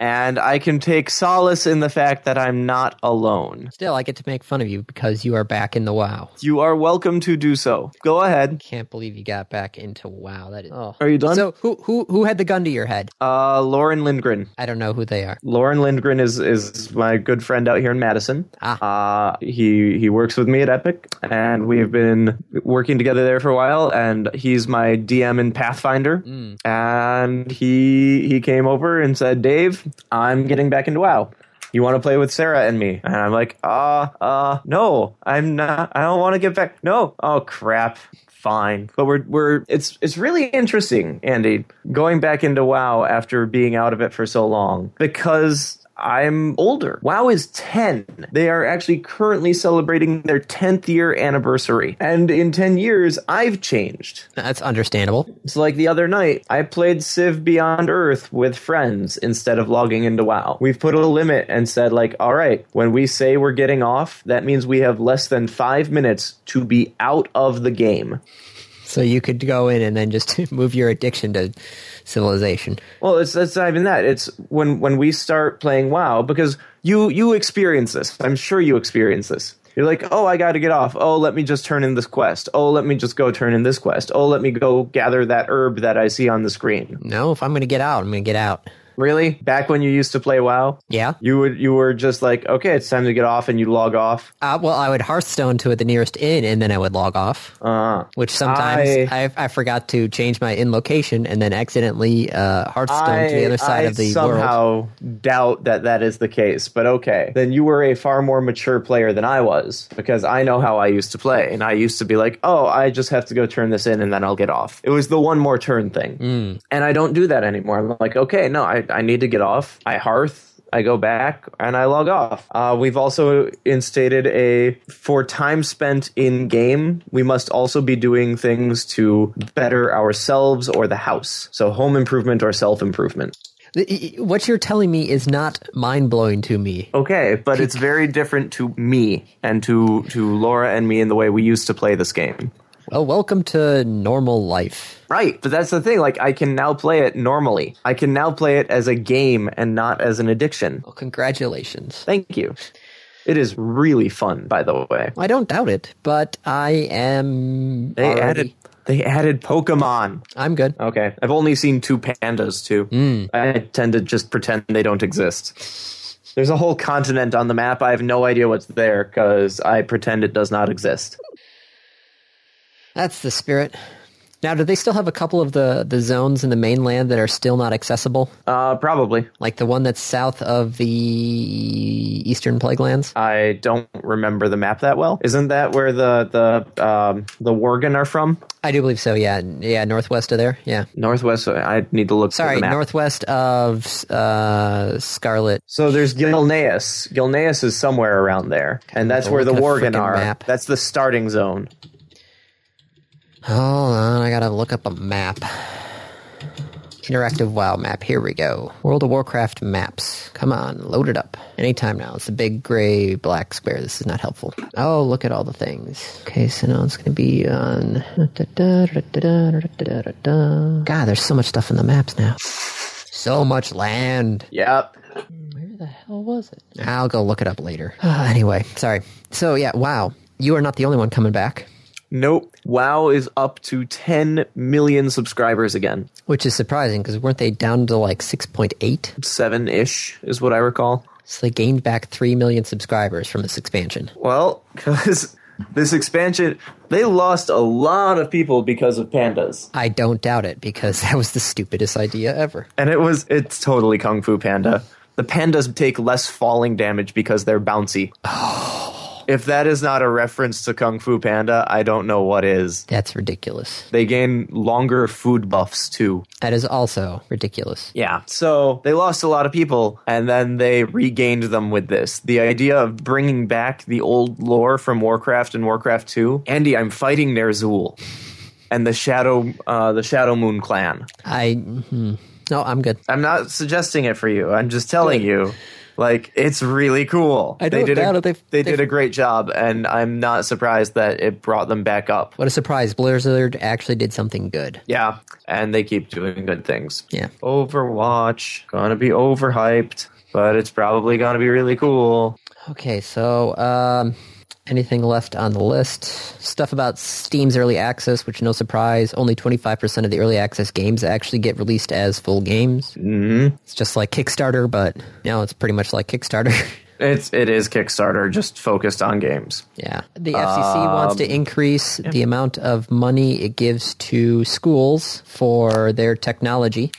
and I can take solace in the fact that I'm not alone. Still, I get to make fun of you because you are back in the WoW. You are welcome to do so. Go ahead. Can't believe you got back into WoW. That is. Oh. Are you done? So who who who had the gun to your head? Uh Lauren Lindgren. I don't know who they are. Lauren Lindgren is is my good friend out here in Madison. Uh, he he works with me at Epic, and we've been working together there for a while. And he's my DM in Pathfinder. And he he came over and said, "Dave, I'm getting back into WoW." You want to play with Sarah and me? And I'm like, uh, uh, no, I'm not. I don't want to get back. No. Oh crap. Fine. But we're we're it's it's really interesting, Andy, going back into WoW after being out of it for so long because I'm older. WoW is 10. They are actually currently celebrating their 10th year anniversary. And in 10 years, I've changed. That's understandable. It's like the other night, I played Civ Beyond Earth with friends instead of logging into WoW. We've put a limit and said, like, all right, when we say we're getting off, that means we have less than five minutes to be out of the game. So you could go in and then just move your addiction to civilization. Well, it's that's not even that. It's when when we start playing WoW because you you experience this. I'm sure you experience this. You're like, oh, I got to get off. Oh, let me just turn in this quest. Oh, let me just go turn in this quest. Oh, let me go gather that herb that I see on the screen. No, if I'm going to get out, I'm going to get out. Really? Back when you used to play WoW, Yeah. you would you were just like, okay, it's time to get off, and you log off. Uh, well, I would Hearthstone to the nearest inn, and then I would log off. Uh, Which sometimes I, I- I, forgot to change my in location, and then accidentally uh, Hearthstone I, to the other side I of the world. somehow doubt that that is the case, but okay. Then you were a far more mature player than I was because I know how I used to play, and I used to be like, "Oh, I just have to go turn this in, and then I'll get off." It was the one more turn thing, and I don't do that anymore. I'm like, okay, no, I, I need to get off. I hearth. I go back and I log off. Uh, we've also instated a for time spent in game, we must also be doing things to better ourselves or the house. So home improvement or self improvement. The- What you're telling me is not mind blowing to me. Okay, but it's very different to me and to to Laura and me in the way we used to play this game. Well, Oh, welcome to normal life. Right, but that's the thing. Like, I can now play it normally. I can now play it as a game and not as an addiction. Well, congratulations. Thank you. It is really fun, by the way. I don't doubt it, but I am. They already- added they added Pokemon. I'm good. Okay, Hmm. I've only seen two pandas too. I tend to just pretend they don't exist. There's a whole continent on the map. I have no idea what's there because I pretend it does not exist. That's the spirit. Now, do they still have a couple of the, the zones in the mainland that are still not accessible? Uh, probably. Like the one that's south of the Eastern Plaguelands? I don't remember the map that well. Isn't that where the the um, the Worgen are from? I do believe so, yeah. Yeah, northwest of there, yeah. Northwest. I need to look. for Sorry, the map. northwest of uh, Scarlet. So there's Gilneas. Gilneas is somewhere around there, and that's where the look at a Worgen frickin' are. map. That's the starting zone. Hold on, I gotta look up a map. Interactive WoW map. Here we go. World of Warcraft maps. Come on, load it up. Anytime now. It's a big gray black square. This is not helpful. Oh, look at all the things. Okay, so now it's gonna be on. God, there's so much stuff in the maps now. So much land. Yep. Where the hell was it? I'll go look it up later. anyway, sorry. So yeah, wow. You are not the only one coming back. Nope. WoW is up to 10 million subscribers again. Which is surprising because weren't they down to like 6.8? Seven ish is what I recall. So they gained back 3 million subscribers from this expansion. Well, because this expansion, they lost a lot of people because of pandas. I don't doubt it because that was the stupidest idea ever. And it was, it's totally Kung Fu Panda. The pandas take less falling damage because they're bouncy. If that is not a reference to Kung Fu Panda, I don't know what is. That's ridiculous. They gain longer food buffs too. That is also ridiculous. Yeah. So they lost a lot of people and then they regained them with this. The idea of bringing back the old lore from Warcraft and Warcraft 2. Andy, I'm fighting Ner'zhul and the Shadow uh, the Shadow Moon clan. I. hmm. No, I'm good. I'm not suggesting it for you. I'm just telling you. Like it's really cool. I they don't did doubt a, it. They've- they they've- did a great job and I'm not surprised that it brought them back up. What a surprise. Blizzard actually did something good. Yeah, and they keep doing good things. Yeah. Overwatch gonna be overhyped, but it's probably gonna be really cool. Okay, so um, anything left on the list? Stuff about Steam's early access, which no surprise, only 25% of the early access games actually get released as full games. Mm-hmm. It's just like Kickstarter, but now it's pretty much like Kickstarter. It's it is Kickstarter, just focused on games. yeah. The FCC wants to increase the amount of money it gives to schools for their technology.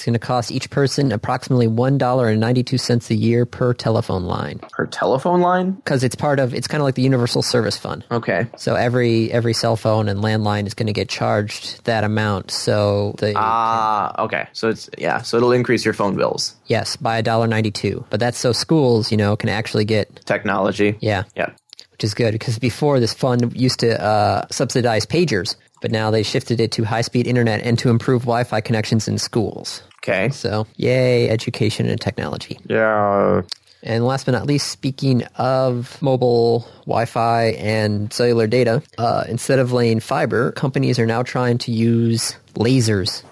It's going to cost each person approximately $1.92 a year per telephone line Her telephone line? because it's part of, it's kind of like the Universal Service Fund. Okay. So every every cell phone and landline is going to get charged that amount. So the Ah, okay. So it's yeah. So it'll increase your phone bills. yes, by $1.92. But that's so schools, you know, can actually get Technology. yeah, Yeah. which is good because before this fund used to uh, subsidize pagers, but now they shifted it to high-speed internet and to improve Wi-Fi connections in schools. Okay. So, yay, education and technology. Yeah. And last but not least, speaking of mobile Wi Fi and cellular data, uh, instead of laying fiber, companies are now trying to use lasers.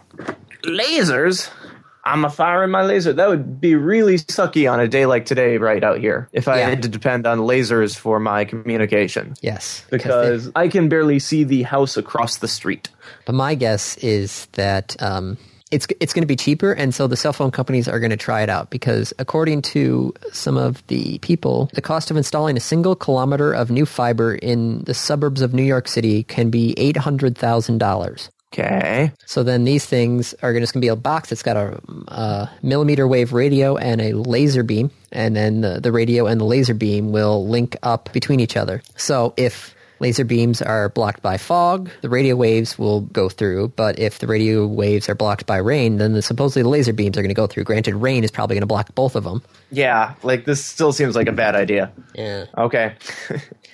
Lasers. I'm a firing my laser. That would be really sucky on a day like today, right out here, if I Yeah. had to depend on lasers for my communication. Yes. they- Because I can barely see the house across the street. but my guess is that um, it's, it's going to be cheaper. And so the cell phone companies are going to try it out because, according to some of the people, the cost of installing a single kilometer of new fiber in the suburbs of New York City can be $800,000. Okay. So then these things are just going to be a box that's got a, uh millimeter wave radio and a laser beam, and then the, the radio and the laser beam will link up between each other. So if laser beams are blocked by fog, the radio waves will go through, but if the radio waves are blocked by rain, then the, supposedly the laser beams are going to go through. Granted, rain is probably going to block both of them. Yeah. Like this still seems like a bad idea. Yeah. Okay.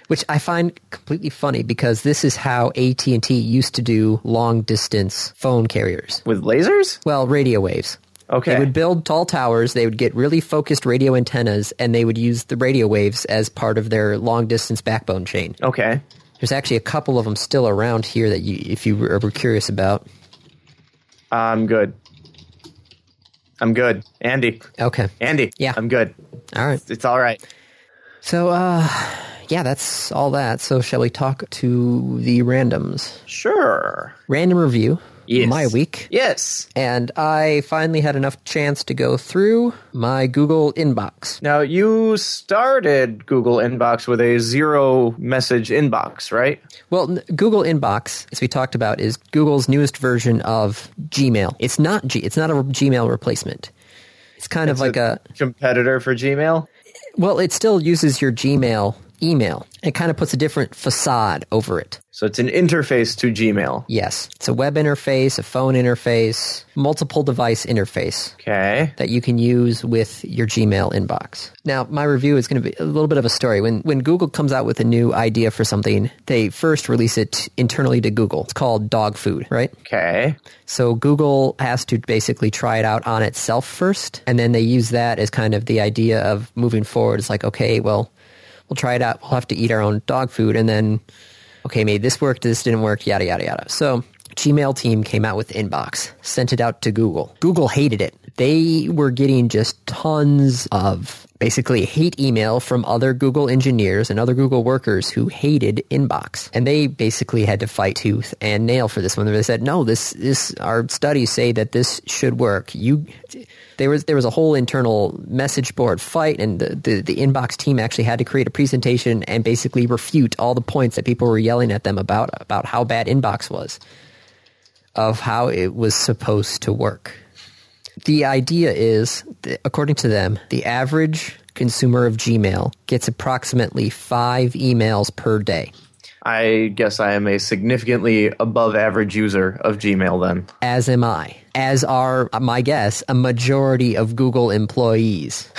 Which I find completely funny because this is how AT&T used to do long distance phone carriers. With lasers? Well, radio waves. Okay. They would build tall towers. They would get really focused radio antennas, and they would use the radio waves as part of their long distance backbone chain. okay. There's actually a couple of them still around here that you, if you were, were curious about. I'm good. I'm good. Andy. Okay. Andy. Yeah. I'm good. All right. It's all right. So, uh, yeah, that's all that. So, shall we talk to the randoms? Sure. Random review. Yes. My week. Yes. And I finally had enough chance to go through my Google inbox. Now you started Google Inbox with a zero message inbox, right? Well, n- Google Inbox, as we talked about, is Google's newest version of Gmail. It's not G, it's not a Gmail replacement. It's kind of like a, Competitor for Gmail. well, it still uses your Gmail email. It kind of puts a different facade over it. So it's an interface to Gmail. Yes, it's a web interface, a phone interface, multiple device interface Okay. that you can use with your Gmail inbox. Now, my review is going to be a little bit of a story. When when Google comes out with a new idea for something, they first release it internally to Google. It's called dog food, right? Okay. So Google has to basically try it out on itself first, and then they use that as kind of the idea of moving forward. It's like, okay, well, we'll try it out. We'll have to eat our own dog food, and then, okay, maybe this worked, this didn't work, yada yada yada. So Gmail team came out with Inbox, sent it out to Google. Google hated it. They were getting just tons of basically hate email from other Google engineers and other Google workers who hated Inbox. And they basically had to fight tooth and nail for this one. They said, "No, this this our studies say that this should work." You there was there was a whole internal message board fight and the, the, the Inbox team actually had to create a presentation and basically refute all the points that people were yelling at them about about how bad Inbox was of how it was supposed to work. The idea is, th- according to them, the average consumer of Gmail gets approximately five emails per day. I guess I am a significantly above average user of Gmail then. As am I. As are, my guess, a majority of Google employees.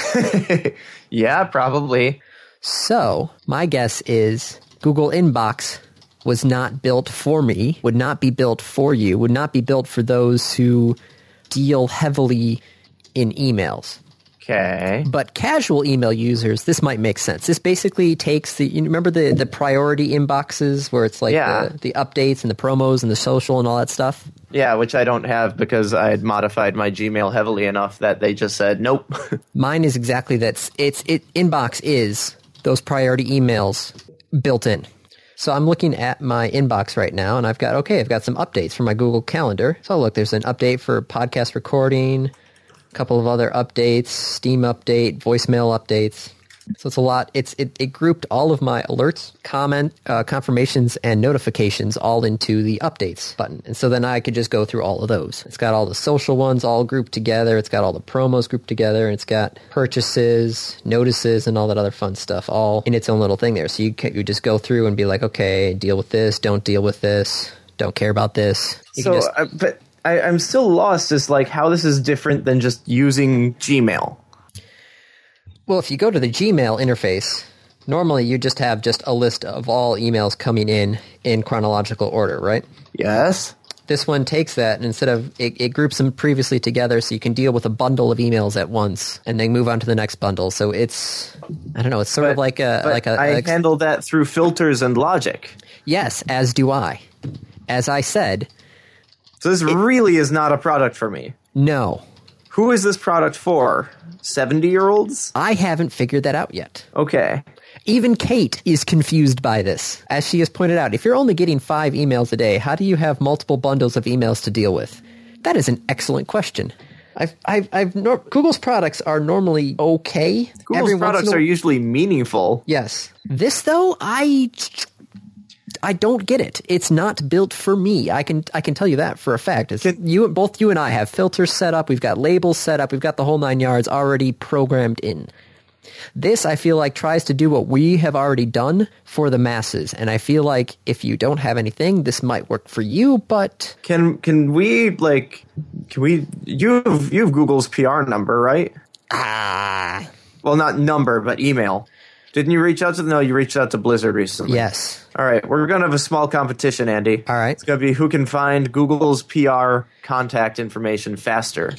Yeah, probably. So, my guess is Google Inbox was not built for me, would not be built for you, would not be built for those who deal heavily in emails. Okay. But casual email users, this might make sense. This basically takes the you remember the the priority inboxes where it's like Yeah. the, the updates and the promos and the social and all that stuff. Yeah, which I don't have because I had modified my Gmail heavily enough that they just said nope. Mine is exactly that's it's it inbox is those priority emails built in. So I'm looking at my inbox right now and I've got okay, I've got some updates for my Google Calendar. So look, there's an update for podcast recording, a couple of other updates, Steam update, voicemail updates. So it's a lot. It's it, it grouped all of my alerts, comment, uh, confirmations, and notifications all into the updates button, and so then I could just go through all of those. It's got all the social ones all grouped together. It's got all the promos grouped together. And it's got purchases, notices, and all that other fun stuff all in its own little thing there. So you can, you just go through and be like, okay, deal with this, don't deal with this, don't care about this. You so, can just I, but I, I'm still lost as like how this is different than just using Gmail. Well, if you go to the Gmail interface, normally you just have just a list of all emails coming in in chronological order, right? Yes. This one takes that and instead of it, it groups them previously together so you can deal with a bundle of emails at once and then move on to the next bundle. So it's I don't know, it's sort of like a But like a I like- handle that through filters and logic. yes, as do I. As I said, So this really is not a product for me. no. Who is this product for? 70 year olds? I haven't figured that out yet. Okay. Even Kate is confused by this. As she has pointed out, if you're only getting five emails a day, how do you have multiple bundles of emails to deal with? That is an excellent question. I've, I've, I've nor- Google's products are normally okay. Google's Every once products in a- are usually meaningful. Yes. This though, I I don't get it. It's not built for me. I can I can tell you that for a fact. It's you both you and I have filters set up. We've got labels set up. We've got the whole nine yards already programmed in. This I feel like tries to do what we have already done for the masses, and I feel like if you don't have anything, this might work for you. But Can can we like can we you've you've Google's PR number, right? ah, Well, not number, but email. Didn't you reach out to no, you reached out to Blizzard recently. yes, All right, we're going to have a small competition, Andy. All right. It's going to be who can find Google's PR contact information faster.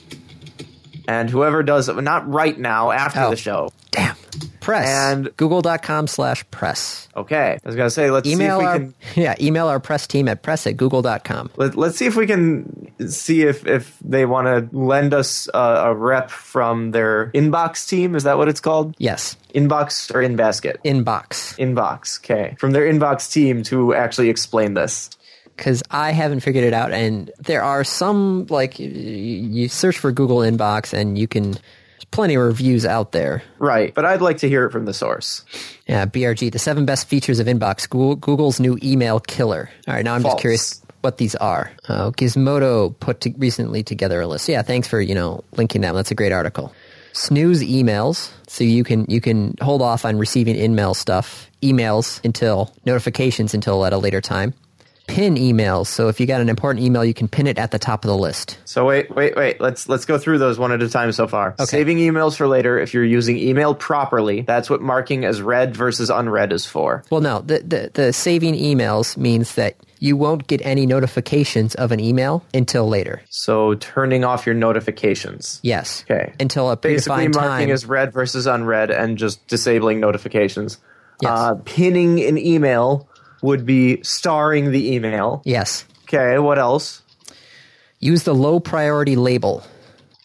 And whoever does it, not right now, after Oh. the show. damn. Press And- google.com slash press. Okay. I was going to say, let's see if Email we our can. yeah, email our press team at press at google.com. Let, let's see if we can see if, if they want to lend us uh, a rep from their inbox team. Is that what it's called? Yes. Inbox or in basket? Inbox. Inbox. Okay. From their inbox team to actually explain this. Because I haven't figured it out. And there are some, like, y- you search for Google Inbox and you can, there's plenty of reviews out there. Right. But I'd like to hear it from the source. Yeah, BRG, the seven best features of Inbox, Google, Google's new email killer. All right, now I'm False. just curious what these are. Uh, Gizmodo put to, recently together a list. Yeah, thanks for you know linking that. That's a great article. Snooze emails, so you can you can hold off on receiving in-mail stuff, emails until notifications until at a later time. Pin emails, so if you got an important email, you can pin it at the top of the list. So wait, wait, wait. Let's let's go through those one at a time so far. Saving emails for later if you're using email properly. That's what marking as read versus unread is for. Well, no, the, the, the saving emails means that you won't get any notifications of an email until later. So turning off your notifications. Yes. Okay. Until a Basically, predefined marking time. as read versus unread and just disabling notifications. Yes. Uh, pinning an email would be starring the email. yes. Okay, what else? Use the low priority label.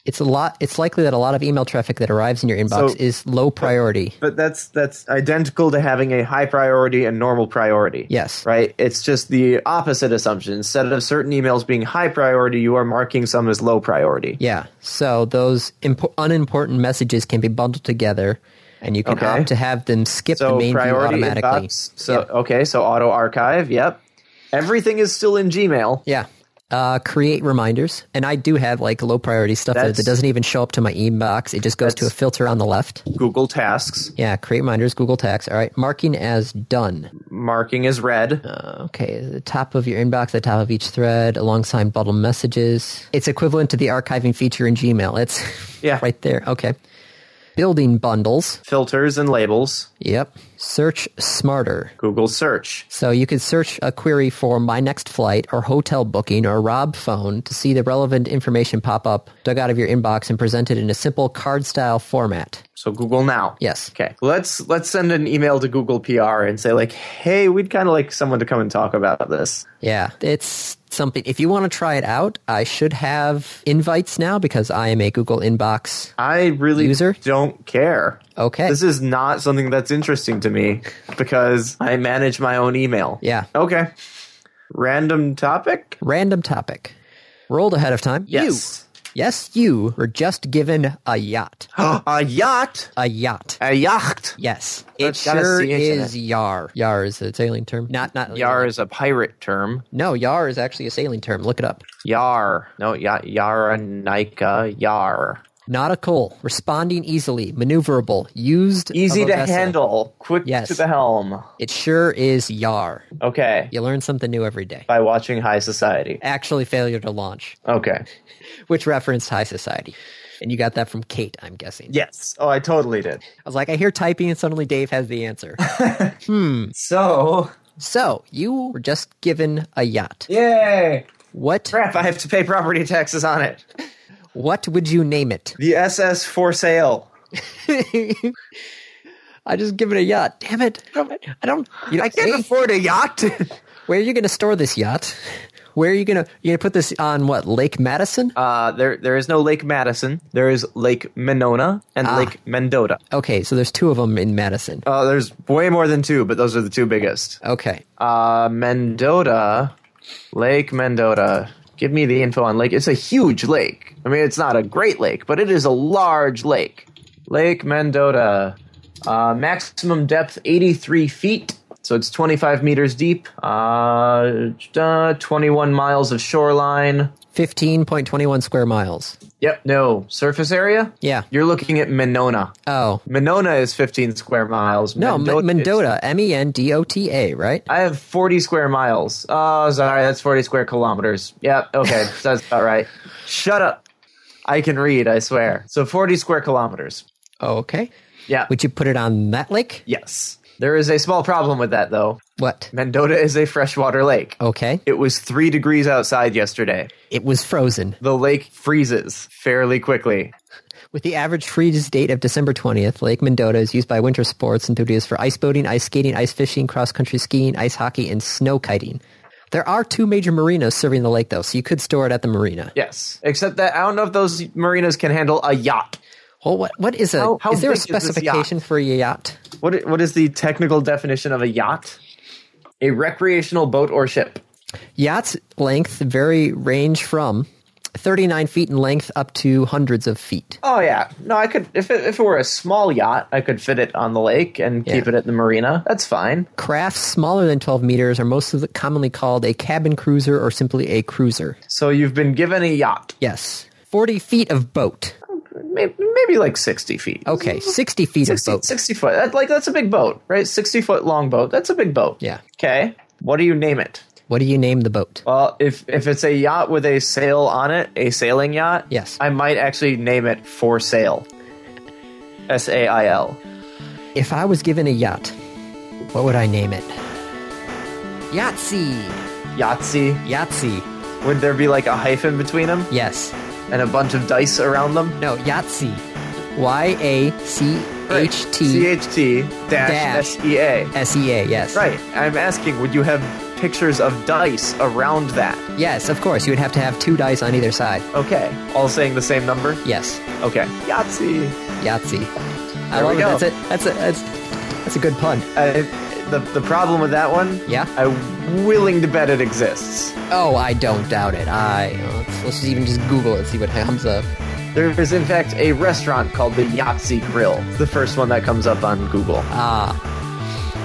It's a lot. It's likely that a lot of email traffic that arrives in your inbox So- is low priority. But that's that's identical to having a high priority and normal priority. Yes. Right? It's just the opposite assumption. Instead of certain emails being high priority, you are marking some as low priority. Yeah. So those impo- unimportant messages can be bundled together, and you can Okay. opt to have them skip So the main view priority automatically. inbox. So okay, so auto archive, yep. Everything is still in Gmail. Yeah. Uh, create reminders, and I do have like low priority stuff that, That's- that doesn't even show up to my inbox. It just goes to a That's- filter on the left. Google Tasks, Yeah, create reminders, Google Tax. All right, marking as done. marking as read. Uh, Okay, the top of your inbox, the top of each thread, alongside bundle messages. It's equivalent to the archiving feature in Gmail. It's Yeah. right there. Okay. Building bundles. Filters and labels. Yep. Search smarter. Google search. So you could search a query for my next flight or hotel booking or Rob phone to see the relevant information pop up, dug out of your inbox, and presented in a simple card style format. So Google now. Yes. Okay. Let's let's send an email to Google PR and say like, hey, we'd kinda like someone to come and talk about this. Yeah, it's something. If you want to try it out, I should have invites now because I am a Google Inbox I really User? don't care. Okay. This is not something that's interesting to me because I manage my own email. Yeah. Okay. Random topic? Random topic. Rolled ahead of time. You. Yes. Yes, you were just given a yacht. a yacht. A yacht. A yacht. Yes, it That's got a sure CH in is yar. Yar is a sailing term. Not not Yar is a pirate term. No, yar is actually a sailing term. Look it up. Yar. No, ya- Yaranika. Yar. Nautical, responding easily, maneuverable, used, Easy of a to vessel. handle. Quick Yes. to the helm. It sure is yar. Okay. You learn something new every day. By watching High Society. Actually, failure to launch, Okay. which referenced high society, and you got that from Kate, I'm guessing. Yes. Oh, I totally did. I was like, I hear typing, and suddenly Dave has the answer. So, so you were just given a yacht. yay! What Crap, I have to pay property taxes on it. what would you name it? The SS for sale. I just give it a yacht. Damn it! I don't. I, don't, you know, I can't hey, afford a yacht. where are you going to store this yacht? Where are you going to you going to put this on what Lake Madison? Uh, there, there is no Lake Madison. There is Lake Menona and Ah. Lake Mendota. Okay, so there's two of them in Madison. Uh, there's way more than two, but those are the two biggest. Okay, Uh, Mendota, Lake Mendota. Give me the info on Lake. It's a huge lake. I mean, it's not a great lake, but it is a large lake. Lake Mendota. Uh, maximum depth 83 feet. So it's 25 meters deep. Uh, uh, 21 miles of shoreline. fifteen point twenty one square miles. Yep, no. Surface area? Yeah. You're looking at Menona. Oh Menona is 15 square miles. no, Mendota M- is- Mendota, M E N D O T A, right? I have 40 square miles. Oh, sorry, that's 40 square kilometers. Yeah, okay, that's about right. Shut up. I can read, I swear. So 40 square kilometers. Okay. Yeah. Would you put it on that lake? yes. There is a small problem with that, though. What? Mendota is a freshwater lake. Okay. It was three degrees outside yesterday. It was frozen The lake freezes fairly quickly. with the average freeze date of December twentieth. Lake Mendota is used by winter sports enthusiasts for ice boating, ice skating, ice fishing, cross country skiing, ice hockey, and snow kiting. There are two major marinas serving the lake, though, so you could store it at the marina. Yes. Except that I don't know if those marinas can handle a yacht. Well, what what is a? How- how is there a big is this yacht? specification for a yacht? What, i- what is the technical definition of a yacht? A recreational boat or ship. Yacht's length vary range from 39 feet in length up to hundreds of feet. Oh yeah, no, I could if it, if it were a small yacht, I could fit it on the lake and keep it at the marina. That's fine. Crafts smaller than 12 meters are most of the- commonly called a cabin cruiser or simply a cruiser. So you've been given a yacht, Yes. 40 feet of boat. maybe, maybe like sixty feet. Okay, 60 feet 60, of boat. 60 foot. That, like that's a big boat, right? Sixty foot long boat. That's a big boat. Yeah. Okay. What do you name it? What do you name the boat? Well, if if it's a yacht with a sail on it, a sailing yacht. Yes. I might actually name it for sale. S A I L. If I was given a yacht, what would I name it? Yahtzee. Yahtzee. Yahtzee. Would there be like a hyphen between them Yes. and a bunch of dice around them? No, Yahtzee. Y A C H C T H T Dash. dash S E A. S E A. Yes. Right. I'm asking, would you have pictures of dice around that? Yes, of course. You would have to have two dice on either side. Okay. All saying the same number? Yes, Okay. Yahtzee. Yahtzee. I There love we it. go. That's it. That's a that's that's a good pun. I, the, the problem with that one? Yeah? I'm willing to bet it exists. Oh, I don't doubt it. I uh, let's, let's just even just Google it, see what comes up. There is, in fact, a restaurant called the Yahtzee Grill. It's the first one that comes up on Google. Ah.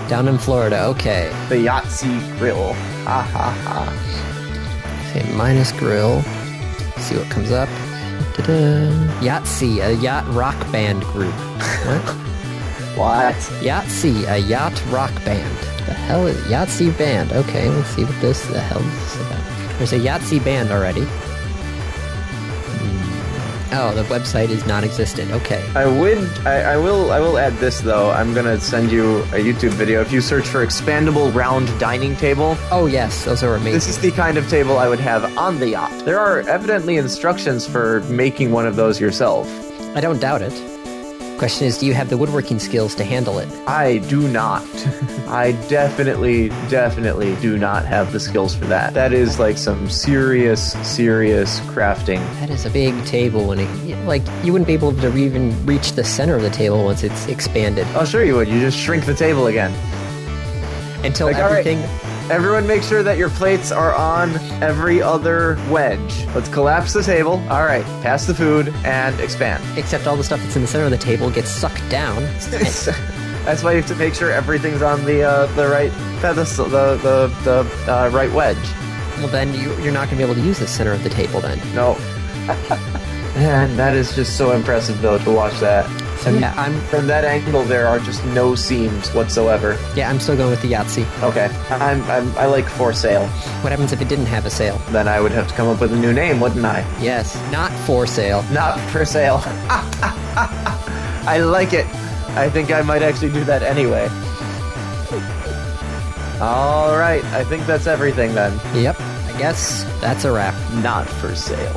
Down in Florida. Okay. The Yahtzee Grill. Ha ha ha. Okay. Minus grill. See what comes up. Ta-da. Yahtzee, a yacht rock band group. What? What? Yahtzee, a yacht rock band. The hell is Yahtzee band? Okay, let's see what this the hell is about. There's a Yahtzee band already. Hmm. Oh, the website is non-existent. Okay. I would, I, I will, I will add this though. I'm gonna send you a YouTube video. If you search for expandable round dining table, Oh yes, those are This amazing. is the kind of table I would have on the yacht. There are evidently instructions for making one of those yourself. I don't doubt it. Question is, do you have the woodworking skills to handle it? I do not. I definitely, definitely do not have the skills for that. That is like some serious, serious crafting. That is a big table when it like you wouldn't be able to even reach the center of the table once it's expanded Oh, sure you would. You just shrink the table again. until Like, all right. everything Everyone make sure that your plates are on every other wedge. Let's collapse the table. All right, pass the food and expand. Except all the stuff that's in the center of the table gets sucked down. That's why you have to make sure everything's on the uh, the right pedestal, the the, the uh, right wedge. Well, then you, you're not going to be able to use the center of the table then. No. Man, that is just so impressive though to watch that. And Yeah, I'm from that angle, there are just no seams whatsoever. yeah, I'm still going with the Yahtzee. Okay, I'm, I'm I like for sale. What happens if it didn't have a sale? Then I would have to come up with a new name, wouldn't I? Yes, not for sale. Not for sale. I like it. I think I might actually do that anyway. All right, I think that's everything then. Yep, I guess that's a wrap. Not for sale.